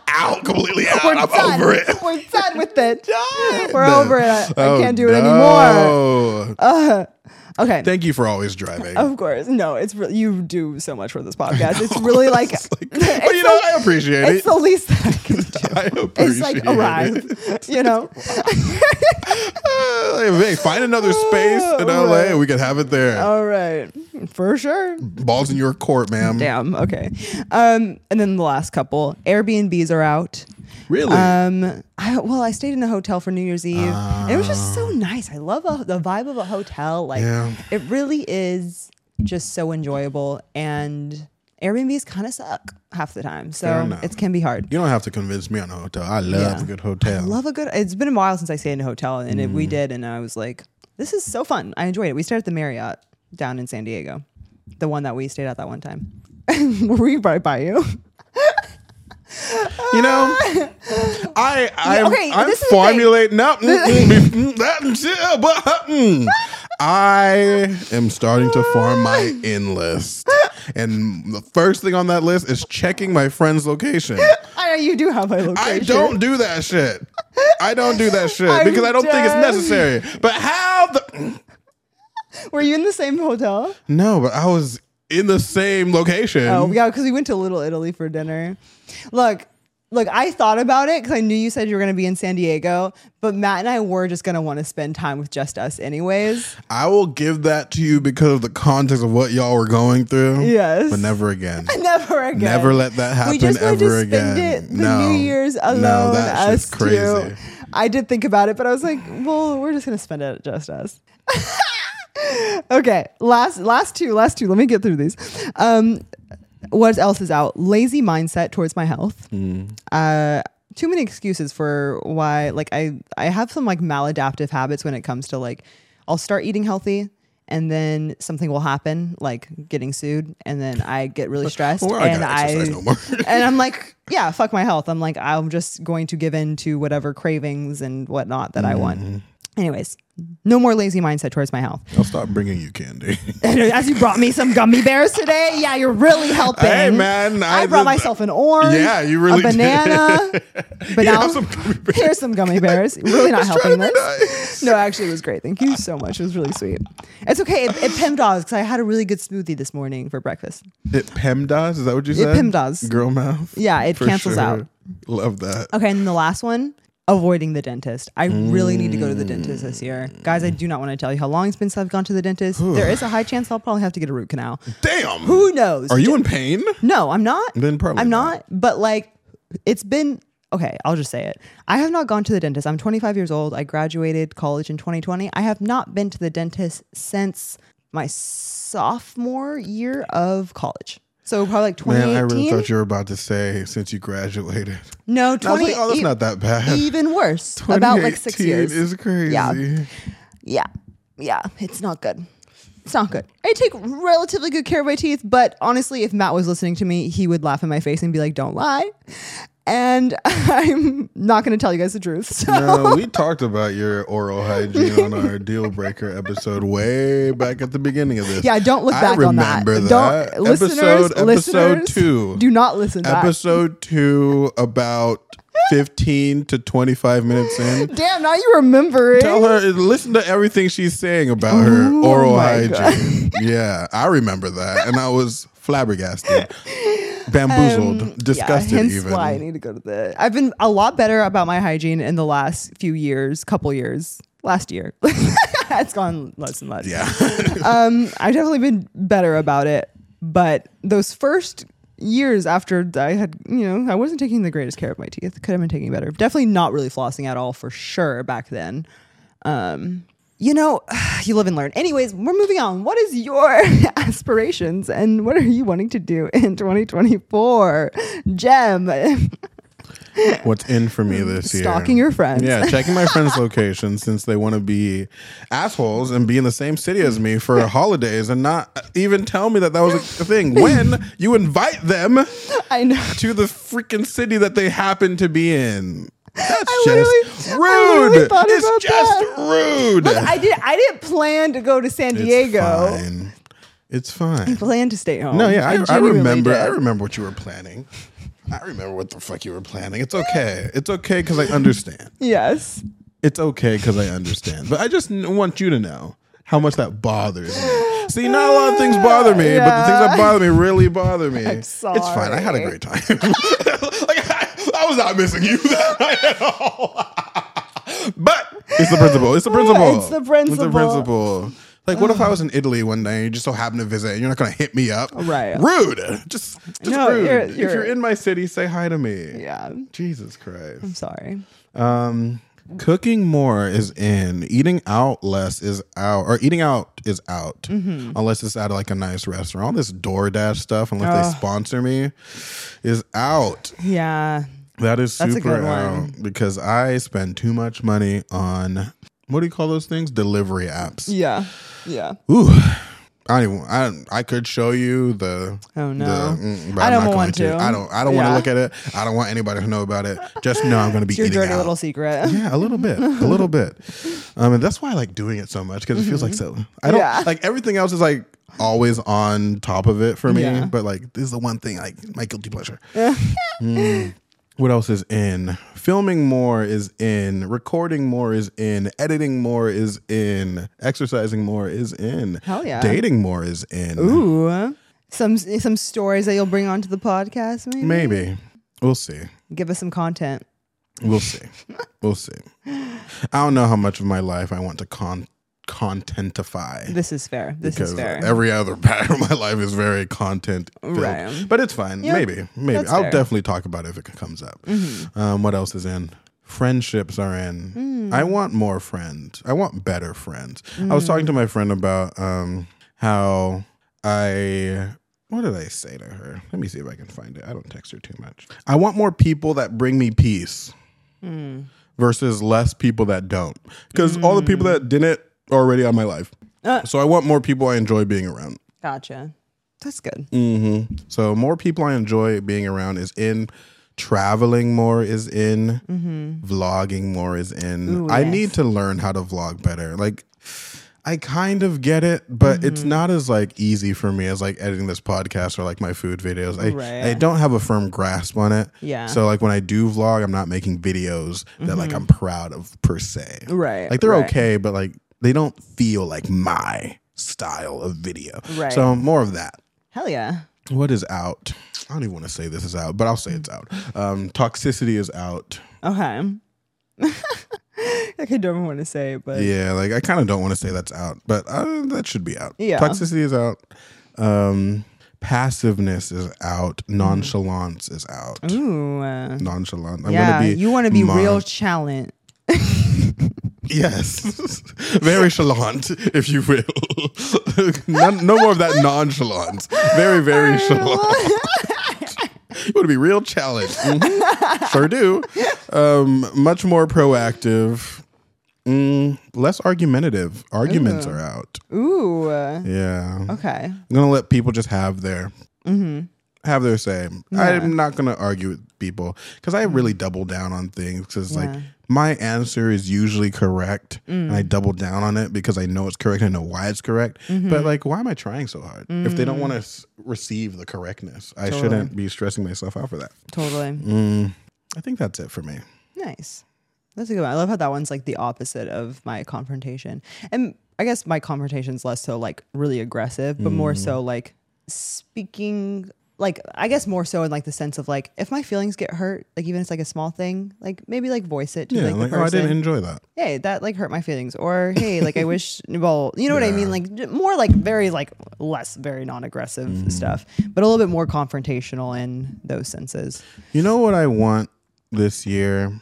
Speaker 1: out, completely out.
Speaker 2: We're
Speaker 1: I'm
Speaker 2: done.
Speaker 1: over it.
Speaker 2: We're done with it.
Speaker 1: Done.
Speaker 2: We're over it. I,
Speaker 1: Oh,
Speaker 2: I can't do it anymore. Oh,
Speaker 1: no.
Speaker 2: Okay.
Speaker 1: Thank you for always driving.
Speaker 2: Of course. No, it's really, you do so much for this podcast. It's really like,
Speaker 1: It's like, but you know,
Speaker 2: the-
Speaker 1: I appreciate it.
Speaker 2: it's the least that I can do.
Speaker 1: I appreciate
Speaker 2: It's like
Speaker 1: it.
Speaker 2: arrive, you know.
Speaker 1: Uh, hey, find another space in
Speaker 2: Oh,
Speaker 1: LA.
Speaker 2: right.
Speaker 1: We could have it there.
Speaker 2: All right, for sure.
Speaker 1: Balls in your court, ma'am.
Speaker 2: Damn. Okay. Um, and then the last couple Airbnbs are out.
Speaker 1: Really?
Speaker 2: Um, I, well, I stayed in a hotel for New Year's Eve, and it was just so nice. I love a, the vibe of a hotel. Like,
Speaker 1: Ah. Yeah.
Speaker 2: it really is just so enjoyable. And Airbnbs kind of suck half the time, so
Speaker 1: enough.
Speaker 2: it can be hard.
Speaker 1: you don't have to convince me on a hotel. I love
Speaker 2: Yeah.
Speaker 1: a good hotel.
Speaker 2: I love a good. It's been a while since I stayed in a hotel, and it,
Speaker 1: Mm.
Speaker 2: we did, and I was like, "This is so fun." I enjoyed it. We stayed at the Marriott down in San Diego, the one that we stayed at that one time. Were we right by you?
Speaker 1: you know, I I'm,
Speaker 2: okay,
Speaker 1: I'm
Speaker 2: this is the thing.
Speaker 1: formulating no, mm, mm, be- mm, that and shit, but uh, mm. I am starting to form my in list, and the first thing on that list is checking my friend's location.
Speaker 2: I know you do have my location.
Speaker 1: I don't do that shit. I don't do that shit
Speaker 2: I'm
Speaker 1: because I don't think it's
Speaker 2: done.
Speaker 1: necessary. But how the
Speaker 2: Were you in the same hotel?
Speaker 1: no? But I was in the same location.
Speaker 2: Oh yeah, because we went to Little Italy for dinner. Look, look, I thought about it because I knew you said you were gonna be in San Diego, but Matt and I were just gonna want to spend time with just us, anyways.
Speaker 1: I will give that to you because of the context of what y'all were going through.
Speaker 2: Yes.
Speaker 1: but never again.
Speaker 2: Never again.
Speaker 1: Never let that happen
Speaker 2: We just wanted
Speaker 1: ever
Speaker 2: to
Speaker 1: again.
Speaker 2: spend it the
Speaker 1: no,
Speaker 2: New Year's alone.
Speaker 1: no, that
Speaker 2: us
Speaker 1: shit's crazy.
Speaker 2: Two. I did think about it, but I was like, well, we're just gonna spend it at just us. okay, last last two, last two. Let me get through these. Um, what else is out? Lazy mindset towards my health. Uh, too many excuses for why. Like I, I have some like maladaptive habits when it comes to like, I'll start eating healthy. And then something will happen, like getting sued, and then I get really stressed,
Speaker 1: Well, I
Speaker 2: and
Speaker 1: gotta exercise no more.
Speaker 2: and I'm like, yeah, fuck my health. I'm like, I'm just going to give in to whatever cravings and whatnot that I
Speaker 1: Mm-hmm.
Speaker 2: want. Anyways, no more lazy mindset towards my health.
Speaker 1: I'll stop bringing you candy.
Speaker 2: And as you brought me some gummy bears today, yeah, you're really helping.
Speaker 1: Hey, man,
Speaker 2: I,
Speaker 1: I
Speaker 2: brought
Speaker 1: did-
Speaker 2: myself an orange.
Speaker 1: Yeah, you really
Speaker 2: a banana. But
Speaker 1: You
Speaker 2: now
Speaker 1: have some gummy bears.
Speaker 2: here's some gummy bears. Really not helping
Speaker 1: trying to
Speaker 2: this.
Speaker 1: be nice.
Speaker 2: No, actually, it was great. Thank you so much. It was really sweet. It's okay. It, it PEMDAS because I had a really good smoothie this morning for breakfast.
Speaker 1: it PEMDAS? Is that what you said?
Speaker 2: PEMDAS.
Speaker 1: Girl mouth.
Speaker 2: Yeah, it
Speaker 1: For
Speaker 2: cancels
Speaker 1: sure.
Speaker 2: out. Uh,
Speaker 1: Love that.
Speaker 2: Okay, and then the last one, avoiding the dentist. I really need to go to the dentist this year.
Speaker 1: Mm.
Speaker 2: Guys, I do not want to tell you how long it's been since I've gone to the dentist. There is a high chance I'll probably have to get a root canal.
Speaker 1: Damn.
Speaker 2: Who knows?
Speaker 1: Are you in pain?
Speaker 2: No, I'm not.
Speaker 1: Then probably
Speaker 2: I'm not, but like it's been okay, I'll just say it. I have not gone to the dentist. I'm 25 years old. I graduated college in 2020. I have not been to the dentist since my sophomore year of college. So probably like
Speaker 1: Man,
Speaker 2: 2018.
Speaker 1: I really thought you were about to say since you graduated.
Speaker 2: no,
Speaker 1: I was
Speaker 2: 20
Speaker 1: like, oh, that's not that bad.
Speaker 2: even worse. About like six
Speaker 1: 2018
Speaker 2: years.
Speaker 1: is crazy.
Speaker 2: Yeah. Yeah. Yeah. It's not good. It's not good. I take relatively good care of my teeth, but honestly, if Matt was listening to me, he would laugh in my face and be like, don't lie. And I'm not going to tell you guys the truth. So
Speaker 1: No, we talked about your oral hygiene on our deal breaker episode way back at the beginning of this.
Speaker 2: yeah, don't look
Speaker 1: I
Speaker 2: back on that.
Speaker 1: remember
Speaker 2: Don't listeners,
Speaker 1: episode
Speaker 2: listeners,
Speaker 1: episode two.
Speaker 2: Do not listen to that.
Speaker 1: episode two about 15 to 25 minutes in
Speaker 2: Damn, now you remember it.
Speaker 1: tell her listen to everything she's saying about her oral
Speaker 2: Oh my
Speaker 1: hygiene yeah i remember that and i was flabbergasted bamboozled disgusted
Speaker 2: Um, hence
Speaker 1: even
Speaker 2: why I need to go to the. I've been a lot better about my hygiene in the last few years, couple years, last year. it's gone less and less.
Speaker 1: yeah
Speaker 2: Um, I've definitely been better about it, but those first years after I had, you know, I wasn't taking the greatest care of my teeth. Could have been taking better. Definitely not really flossing at all for sure back then. Um, you know, you live and learn. Anyways, we're moving on. What is your aspirations and what are you wanting to do in 2024? Gem,
Speaker 1: what's in for me this year
Speaker 2: stalking your friends.
Speaker 1: yeah, checking my friends' location since they want to be assholes and be in the same city as me for holidays and not even tell me that that was a thing. When you invite them
Speaker 2: I know.
Speaker 1: to the freaking city that they happen to be in. That's just
Speaker 2: literally- I literally
Speaker 1: rude.
Speaker 2: thought about
Speaker 1: It's just rude.
Speaker 2: Look, I did. I didn't plan to go to San
Speaker 1: It's
Speaker 2: Diego.
Speaker 1: fine. It's fine.
Speaker 2: Plan to stay home.
Speaker 1: No, yeah, I, I,
Speaker 2: genuinely
Speaker 1: remember.
Speaker 2: did.
Speaker 1: I remember what you were planning. I remember what the fuck you were planning. It's okay. It's okay because I understand.
Speaker 2: Yes.
Speaker 1: It's okay because I understand. But I just n- want you to know how much that bothers me. See, not a lot of things bother me, but the things that bother me really bother me. It's fine. I had a
Speaker 2: sorry.
Speaker 1: great time. like I, I was not missing you that night at all. but it's the principle. It's the principle.
Speaker 2: It's the
Speaker 1: It's the
Speaker 2: principle.
Speaker 1: principle. Like, what if I was in Italy one day and you just so happened to visit and you're not going to hit me up?
Speaker 2: Right.
Speaker 1: Rude. Just, just
Speaker 2: No,
Speaker 1: rude.
Speaker 2: you're-
Speaker 1: if you're
Speaker 2: you're-
Speaker 1: in my city, say hi to me.
Speaker 2: Yeah.
Speaker 1: Jesus Christ.
Speaker 2: I'm sorry.
Speaker 1: Um, cooking more is in. Eating out less is out, or eating out is out,
Speaker 2: Mm-hmm.
Speaker 1: unless it's at like a nice restaurant. All this DoorDash stuff, unless they sponsor me, is out.
Speaker 2: Yeah.
Speaker 1: That is
Speaker 2: That's a
Speaker 1: super
Speaker 2: good one.
Speaker 1: out because I spend too much money on what do you call those things? Delivery apps.
Speaker 2: Yeah. Yeah.
Speaker 1: Ooh. I don't even, I I could show you the
Speaker 2: Oh, no.
Speaker 1: the- mm, but
Speaker 2: I
Speaker 1: I'm
Speaker 2: don't
Speaker 1: not
Speaker 2: want
Speaker 1: going
Speaker 2: to.
Speaker 1: I don't I don't want to
Speaker 2: Yeah.
Speaker 1: look at it I don't want anybody to know about it just know I'm going to be
Speaker 2: Your
Speaker 1: eating
Speaker 2: dirty
Speaker 1: out
Speaker 2: little secret.
Speaker 1: yeah, a little bit, a little bit. Um, and that's why I like doing it so much because it feels like so. I don't
Speaker 2: Mm-hmm. Yeah.
Speaker 1: like everything else is like always on top of it for me,
Speaker 2: Yeah.
Speaker 1: but like this is the one thing like my guilty pleasure. Mm. What else is in? Filming more is in. Recording more is in. Editing more is in. Exercising more is in.
Speaker 2: Hell yeah.
Speaker 1: Dating more is in.
Speaker 2: Ooh. Some some stories that you'll bring onto the podcast, maybe.
Speaker 1: Maybe we'll see.
Speaker 2: Give us some content.
Speaker 1: We'll see. We'll see. I don't know how much of my life I want to con contentify.
Speaker 2: This is fair. This
Speaker 1: because
Speaker 2: is fair.
Speaker 1: every other part of my life is very content filled.
Speaker 2: Right.
Speaker 1: But it's fine. maybe, maybe
Speaker 2: that's
Speaker 1: I'll
Speaker 2: fair. Mm-hmm.
Speaker 1: definitely talk about it if it comes up. Um, what else is in? Friendships are in.
Speaker 2: Mm.
Speaker 1: I want more friends. I want better friends. I was talking to my friend about um, how I. What did I say to her? Let me see if I can find it. I don't text her too much. I want more people that bring me peace
Speaker 2: Mm.
Speaker 1: versus less people that don't. Because all the people that didn't are already on my life.
Speaker 2: Mm. Uh.
Speaker 1: so I want more people I enjoy being around.
Speaker 2: gotcha. That's good.
Speaker 1: Mm-hmm. So more people I enjoy being around is in. Traveling more is in. Vlogging more is in.
Speaker 2: Mm-hmm. Ooh,
Speaker 1: I
Speaker 2: yes.
Speaker 1: need to learn how to vlog better. Like, I kind of get it, but it's
Speaker 2: Mm-hmm.
Speaker 1: not as like easy for me as like editing this podcast or like my food videos. I,
Speaker 2: Right.
Speaker 1: I don't have a firm grasp on it.
Speaker 2: Yeah.
Speaker 1: So like when I do vlog, I'm not making videos that like I'm proud of per se.
Speaker 2: Mm-hmm. Right,
Speaker 1: Like they're
Speaker 2: right.
Speaker 1: okay, but like they don't feel like my style of video.
Speaker 2: Right.
Speaker 1: So more of that
Speaker 2: Hell yeah.
Speaker 1: what is out? I don't even want to say this is out, but I'll say it's out. Um, toxicity is out.
Speaker 2: Okay. like I don't want to say, it, but
Speaker 1: Yeah, like I kind of don't want to say that's out, but uh, that should be out.
Speaker 2: Yeah.
Speaker 1: toxicity is out. Um, passiveness is out. Nonchalance is out.
Speaker 2: ooh, uh,
Speaker 1: Nonchalant. I'm
Speaker 2: yeah.
Speaker 1: gonna be
Speaker 2: you want to be
Speaker 1: mon-
Speaker 2: real challenge.
Speaker 1: Yes, very chalant, if you will. None, no more of that nonchalance. Very, very chalant. you want to be real challenged. Mhm. Sure do. Um, much more proactive. Mm, less argumentative. Arguments are out.
Speaker 2: Ooh. uh,
Speaker 1: Yeah,
Speaker 2: Okay.
Speaker 1: I'm gonna let people just have their
Speaker 2: Mm-hmm.
Speaker 1: have their say. I'm not gonna argue with people because I really double down on things because
Speaker 2: Mm. Yeah. Mm.
Speaker 1: like my answer is usually correct and I double down on it because I know it's correct. I know why it's correct.
Speaker 2: Mm-hmm.
Speaker 1: But like, why am I trying so hard if they don't want
Speaker 2: Mm.
Speaker 1: to s- receive the correctness? I shouldn't be stressing myself out for that.
Speaker 2: Totally.
Speaker 1: I think that's it for me.
Speaker 2: Nice. That's a good one. I love how that one's like the opposite of my confrontation. And I guess my confrontation's less so like really aggressive, but more
Speaker 1: Mm.
Speaker 2: so like speaking like I guess more so in like the sense of like if my feelings get hurt, like even if it's like a small thing, like maybe like voice it to
Speaker 1: Yeah,
Speaker 2: like the
Speaker 1: like, oh, I
Speaker 2: person.
Speaker 1: didn't enjoy that.
Speaker 2: hey, that like hurt my feelings, or hey, like I wish, well, you know what I
Speaker 1: Yeah.
Speaker 2: mean? Like j- more like very like less very non-aggressive
Speaker 1: Mm-hmm.
Speaker 2: stuff, but a little bit more confrontational in those senses.
Speaker 1: You know what I want this year?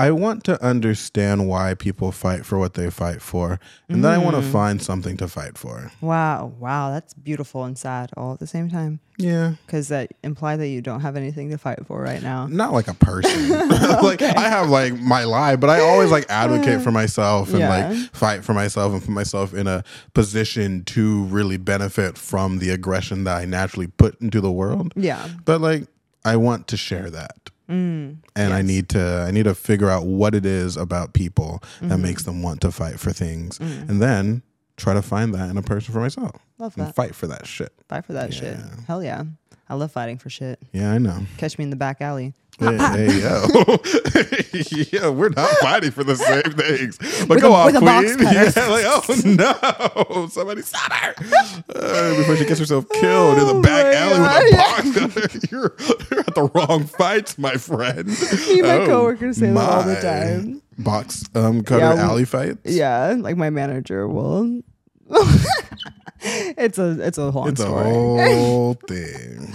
Speaker 1: I want to understand why people fight for what they fight for, and then I want to find something to fight for.
Speaker 2: Wow, wow, that's beautiful and sad all at the same time.
Speaker 1: Yeah.
Speaker 2: because that implies that you don't have anything to fight for right now.
Speaker 1: Not like a person. like I have like my life, but I always like advocate for myself and
Speaker 2: Yeah.
Speaker 1: like fight for myself and put myself in a position to really benefit from the aggression that I naturally put into the world.
Speaker 2: Yeah,
Speaker 1: But like I want to share that.
Speaker 2: Mm.
Speaker 1: and I need to I need to
Speaker 2: Mm-hmm.
Speaker 1: figure out what it is about people that makes them want to fight for things. And then try to find that in a person for myself
Speaker 2: Mm. Love
Speaker 1: and
Speaker 2: that.
Speaker 1: fight for that shit.
Speaker 2: Bye for that shit. Hell yeah. I love fighting for shit.
Speaker 1: Yeah, I know.
Speaker 2: Catch me in the back alley.
Speaker 1: Hey, hey, yo. yeah, we're not fighting for the same things. But
Speaker 2: With
Speaker 1: go
Speaker 2: a-
Speaker 1: off,
Speaker 2: with a box
Speaker 1: queen. Yeah,
Speaker 2: cutter.
Speaker 1: like, oh no, somebody stop her Uh, before she gets herself killed in
Speaker 2: Oh,
Speaker 1: the back
Speaker 2: my
Speaker 1: alley
Speaker 2: God,
Speaker 1: with a box cutter. You're, you're at the wrong fights, my friend. Oh,
Speaker 2: Me and my coworkers say that all the
Speaker 1: my.
Speaker 2: time.
Speaker 1: Box um, cutter
Speaker 2: Yeah, we-
Speaker 1: alley fights.
Speaker 2: Yeah, like my manager will. it's a it's a long
Speaker 1: it's a
Speaker 2: story.
Speaker 1: whole thing.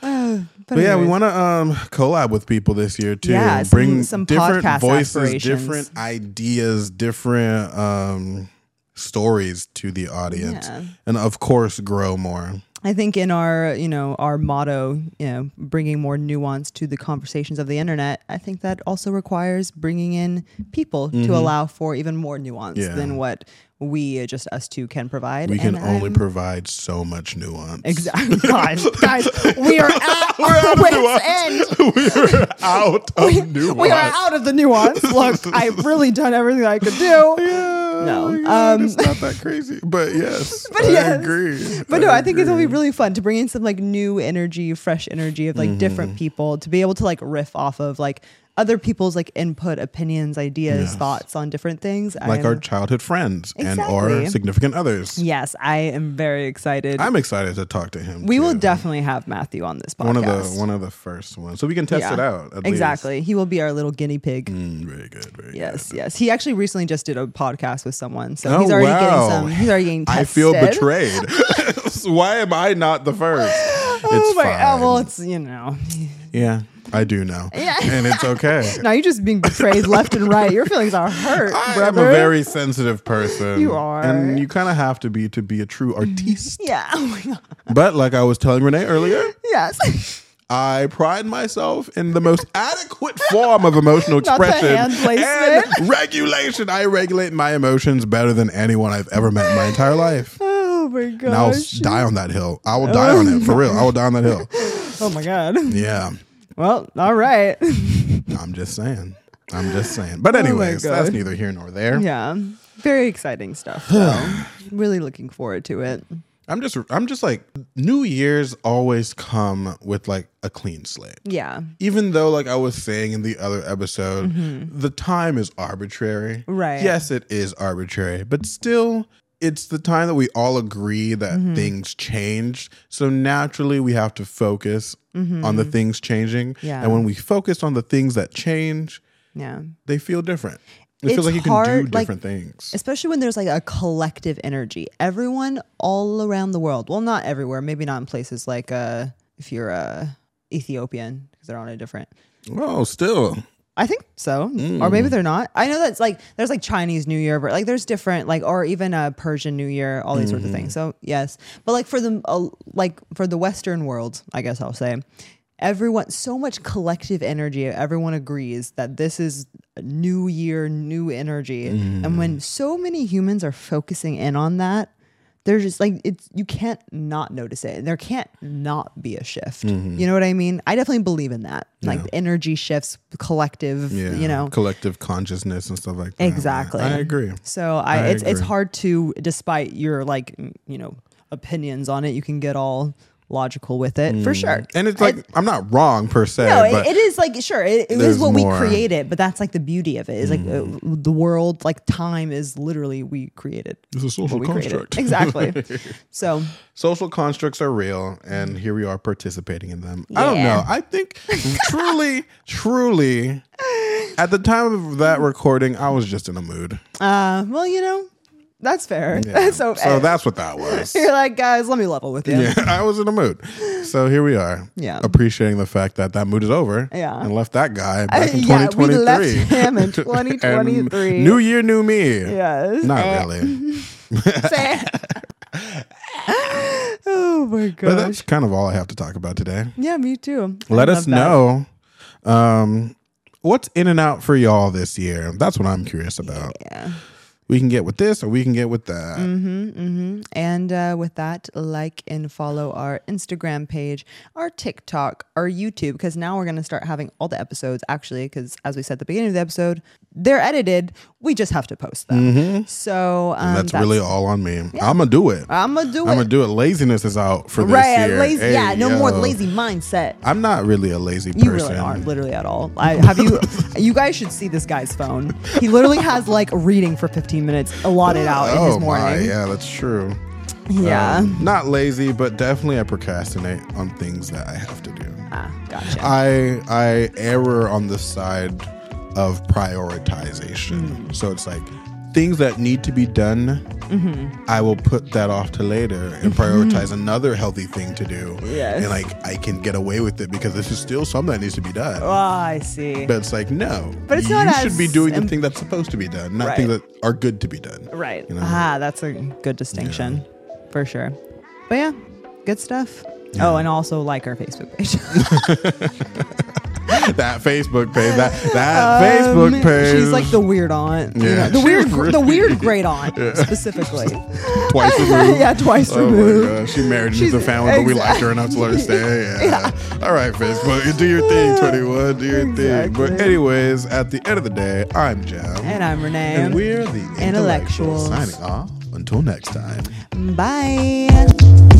Speaker 2: but
Speaker 1: But yeah, we
Speaker 2: anyways,
Speaker 1: want to um, collab with people this year too.
Speaker 2: Yeah, some-
Speaker 1: bring
Speaker 2: some
Speaker 1: different
Speaker 2: podcast
Speaker 1: voices,
Speaker 2: aspirations.
Speaker 1: different ideas, different um, stories to the audience,
Speaker 2: Yeah.
Speaker 1: and of course, grow more.
Speaker 2: I think in our you know our motto, you know, bringing more nuance to the conversations of the internet. I think that also requires bringing in people to allow for even more nuance
Speaker 1: Mm-hmm. Yeah.
Speaker 2: than what we uh, just us two can provide.
Speaker 1: We can
Speaker 2: And
Speaker 1: only
Speaker 2: I'm-
Speaker 1: provide so much nuance.
Speaker 2: Exactly. God, guys, we are at our
Speaker 1: out of
Speaker 2: wit's
Speaker 1: nuance.
Speaker 2: end.
Speaker 1: We're out of nuance.
Speaker 2: We are out of the nuance. Look, I've really done everything I could do.
Speaker 1: Yeah,
Speaker 2: No,
Speaker 1: my God,
Speaker 2: um,
Speaker 1: it's not that crazy, but yes,
Speaker 2: But
Speaker 1: I
Speaker 2: yes.
Speaker 1: agree.
Speaker 2: But no, I think it's gonna be really fun to bring in some like new energy, fresh energy of like
Speaker 1: Mm-hmm.
Speaker 2: different people to be able to like riff off of like other people's like input, opinions, ideas,
Speaker 1: Yes.
Speaker 2: thoughts on different things.
Speaker 1: like
Speaker 2: I'm,
Speaker 1: our childhood friends and
Speaker 2: Exactly.
Speaker 1: our significant others.
Speaker 2: yes, I am very excited.
Speaker 1: I'm excited to talk to him.
Speaker 2: we will
Speaker 1: too.
Speaker 2: definitely have Matthew on this podcast.
Speaker 1: one of the one of the first ones, so we can test
Speaker 2: Yeah.
Speaker 1: it out. At
Speaker 2: exactly. He will be our little guinea pig.
Speaker 1: least. Mm, very good. Very
Speaker 2: Yes,
Speaker 1: good.
Speaker 2: yes. He actually recently just did a podcast with someone, so
Speaker 1: Oh,
Speaker 2: he's already
Speaker 1: wow.
Speaker 2: getting some. He's already getting. Tested.
Speaker 1: I feel betrayed. Why am I not the first?
Speaker 2: Oh
Speaker 1: It's
Speaker 2: my!
Speaker 1: fine.
Speaker 2: God. Well, it's you know.
Speaker 1: yeah, I do know,
Speaker 2: Yeah.
Speaker 1: and it's okay.
Speaker 2: Now you're just being betrayed left and right. Your feelings are hurt,
Speaker 1: I am
Speaker 2: brother.
Speaker 1: a very sensitive person.
Speaker 2: You are.
Speaker 1: and you kind of have to be to be a true artiste.
Speaker 2: yeah. Oh my God.
Speaker 1: but like I was telling Renee earlier,
Speaker 2: Yes.
Speaker 1: I pride myself in the most adequate form of emotional
Speaker 2: Not the
Speaker 1: expression
Speaker 2: hand placement.
Speaker 1: and regulation. I regulate my emotions better than anyone I've ever met in my entire life.
Speaker 2: Oh my
Speaker 1: And I'll
Speaker 2: gosh.
Speaker 1: die on that hill. I will die on it for real. I will die on that hill.
Speaker 2: Oh my God.
Speaker 1: Yeah,
Speaker 2: Well, all right.
Speaker 1: I'm just saying. I'm just saying. But anyways, that's
Speaker 2: Oh God.
Speaker 1: neither here nor there.
Speaker 2: Yeah. Very exciting stuff. So really looking forward to it.
Speaker 1: I'm just I'm just like New Year's always come with like a clean slate.
Speaker 2: Yeah.
Speaker 1: even though like i was saying in the other episode the time is arbitrary
Speaker 2: Mm-hmm. Right.
Speaker 1: yes it is arbitrary but still it's the time that we all agree that
Speaker 2: Mm-hmm.
Speaker 1: things change so naturally we have to focus on the things changing
Speaker 2: Mm-hmm. Yeah.
Speaker 1: and when we focus on the things that change
Speaker 2: Yeah.
Speaker 1: they feel different it
Speaker 2: It's
Speaker 1: feels like you can do
Speaker 2: hard, like-
Speaker 1: different things
Speaker 2: especially when there's like a collective energy everyone all around the world well not everywhere maybe not in places like uh if you're uh ethiopian because they're on a different
Speaker 1: oh still
Speaker 2: i think so or maybe they're not i know that's like there's like chinese new year but like there's different like or even a persian new year all these sorts of things so yes but like for the uh, like for the western world i guess i'll say everyone so much collective energy everyone agrees that this is a new year new energy and when so many humans are focusing in on that they're just like it's you can't not notice it and there can't not be a shift
Speaker 1: Mm-hmm.
Speaker 2: you know what i mean i definitely believe in that like energy shifts collective
Speaker 1: yeah
Speaker 2: you know
Speaker 1: collective consciousness and stuff like that
Speaker 2: Exactly.
Speaker 1: i agree
Speaker 2: so I, it's it's
Speaker 1: agree.
Speaker 2: hard to, despite your like m- you know opinions on it, you can get all logical with it for sure.
Speaker 1: Mm. and it's like i'm not wrong per se
Speaker 2: no,
Speaker 1: but
Speaker 2: it, it is like sure, it, it
Speaker 1: there's
Speaker 2: is what
Speaker 1: more. Mm-hmm.
Speaker 2: we created, but that's like the beauty of it. Is like uh, the world, like time, is literally we created.
Speaker 1: it's a social
Speaker 2: what we created.
Speaker 1: construct
Speaker 2: exactly. So
Speaker 1: social constructs are real and here we are participating in them i don't
Speaker 2: Mm. Yeah.
Speaker 1: know i think truly truly at the time of that
Speaker 2: Mm.
Speaker 1: recording i was just in a mood
Speaker 2: uh, well, you know, that's fair.
Speaker 1: Yeah.
Speaker 2: so
Speaker 1: so
Speaker 2: uh,
Speaker 1: that's what that was
Speaker 2: you're like, guys, let me level with you.
Speaker 1: yeah i was in a mood so here we are
Speaker 2: Yeah.
Speaker 1: appreciating the fact that that mood is over
Speaker 2: Yeah.
Speaker 1: and left that guy
Speaker 2: Uh,
Speaker 1: back in
Speaker 2: yeah, we
Speaker 1: 2023
Speaker 2: left him in
Speaker 1: And
Speaker 2: 2023.
Speaker 1: new year new me
Speaker 2: Yes.
Speaker 1: not really
Speaker 2: oh my
Speaker 1: but
Speaker 2: gosh.
Speaker 1: that's kind of all i have to talk about today
Speaker 2: Yeah, me too. I
Speaker 1: let
Speaker 2: love
Speaker 1: us
Speaker 2: that.
Speaker 1: know um, what's in and out for y'all this year. That's what I'm curious about.
Speaker 2: Yeah. Mm-hmm.
Speaker 1: We can get with this or we can get with that.
Speaker 2: And uh, with that, like and follow our Instagram page, our TikTok, our YouTube, because now we're going to start having all the episodes actually, because as we said at the beginning of the episode, They're edited. We just have to post them. So um,
Speaker 1: Mm-hmm. And that's, really all on me. I'm gonna do it.
Speaker 2: I'm gonna do
Speaker 1: I'm gonna
Speaker 2: it.
Speaker 1: do it. Laziness is out for this
Speaker 2: right,
Speaker 1: year.
Speaker 2: lazy.
Speaker 1: Hey,
Speaker 2: yeah, no more
Speaker 1: yo.
Speaker 2: lazy mindset.
Speaker 1: I'm not really a lazy person.
Speaker 2: You really aren't literally at all. I have you. you guys should see this guy's phone. He literally has like reading for 15 minutes allotted out in
Speaker 1: oh
Speaker 2: his morning.
Speaker 1: my, yeah, that's true.
Speaker 2: yeah.
Speaker 1: Um, not lazy, but definitely I procrastinate on things that I have to do.
Speaker 2: Ah,
Speaker 1: Uh,
Speaker 2: gotcha.
Speaker 1: I I error on the side of prioritization.
Speaker 2: Hmm.
Speaker 1: So it's like things that need to be done,
Speaker 2: Mm-hmm.
Speaker 1: I will put that off to later and prioritize another healthy thing to do.
Speaker 2: Yes.
Speaker 1: And like I can get away with it because this is still something that needs to be done.
Speaker 2: oh, I see.
Speaker 1: But it's like no.
Speaker 2: But it's
Speaker 1: you
Speaker 2: not
Speaker 1: should
Speaker 2: as
Speaker 1: be doing the
Speaker 2: im-
Speaker 1: thing that's supposed to be done, not
Speaker 2: Right.
Speaker 1: things that are good to be done.
Speaker 2: right.
Speaker 1: you know?
Speaker 2: Ah, that's a good distinction for sure. But yeah, good stuff. Oh, and also like our Facebook page.
Speaker 1: that Facebook page, that that Facebook page.
Speaker 2: Um, She's like the weird aunt. you
Speaker 1: Yeah.
Speaker 2: know, the weird, gr- the
Speaker 1: Really?
Speaker 2: weird great aunt specifically.
Speaker 1: twice removed.
Speaker 2: yeah, twice
Speaker 1: Oh my
Speaker 2: removed.
Speaker 1: god, she married into
Speaker 2: She's-
Speaker 1: the family, but we liked her enough to let her stay. Yeah. All right, Facebook, do your thing, 21, do your thing. But
Speaker 2: Exactly.
Speaker 1: anyways, at the end of the day, I'm Jam.
Speaker 2: And I'm Renee.
Speaker 1: And we're the intellectuals.
Speaker 2: Intellectuals.
Speaker 1: Signing off. Until next time.
Speaker 2: Bye.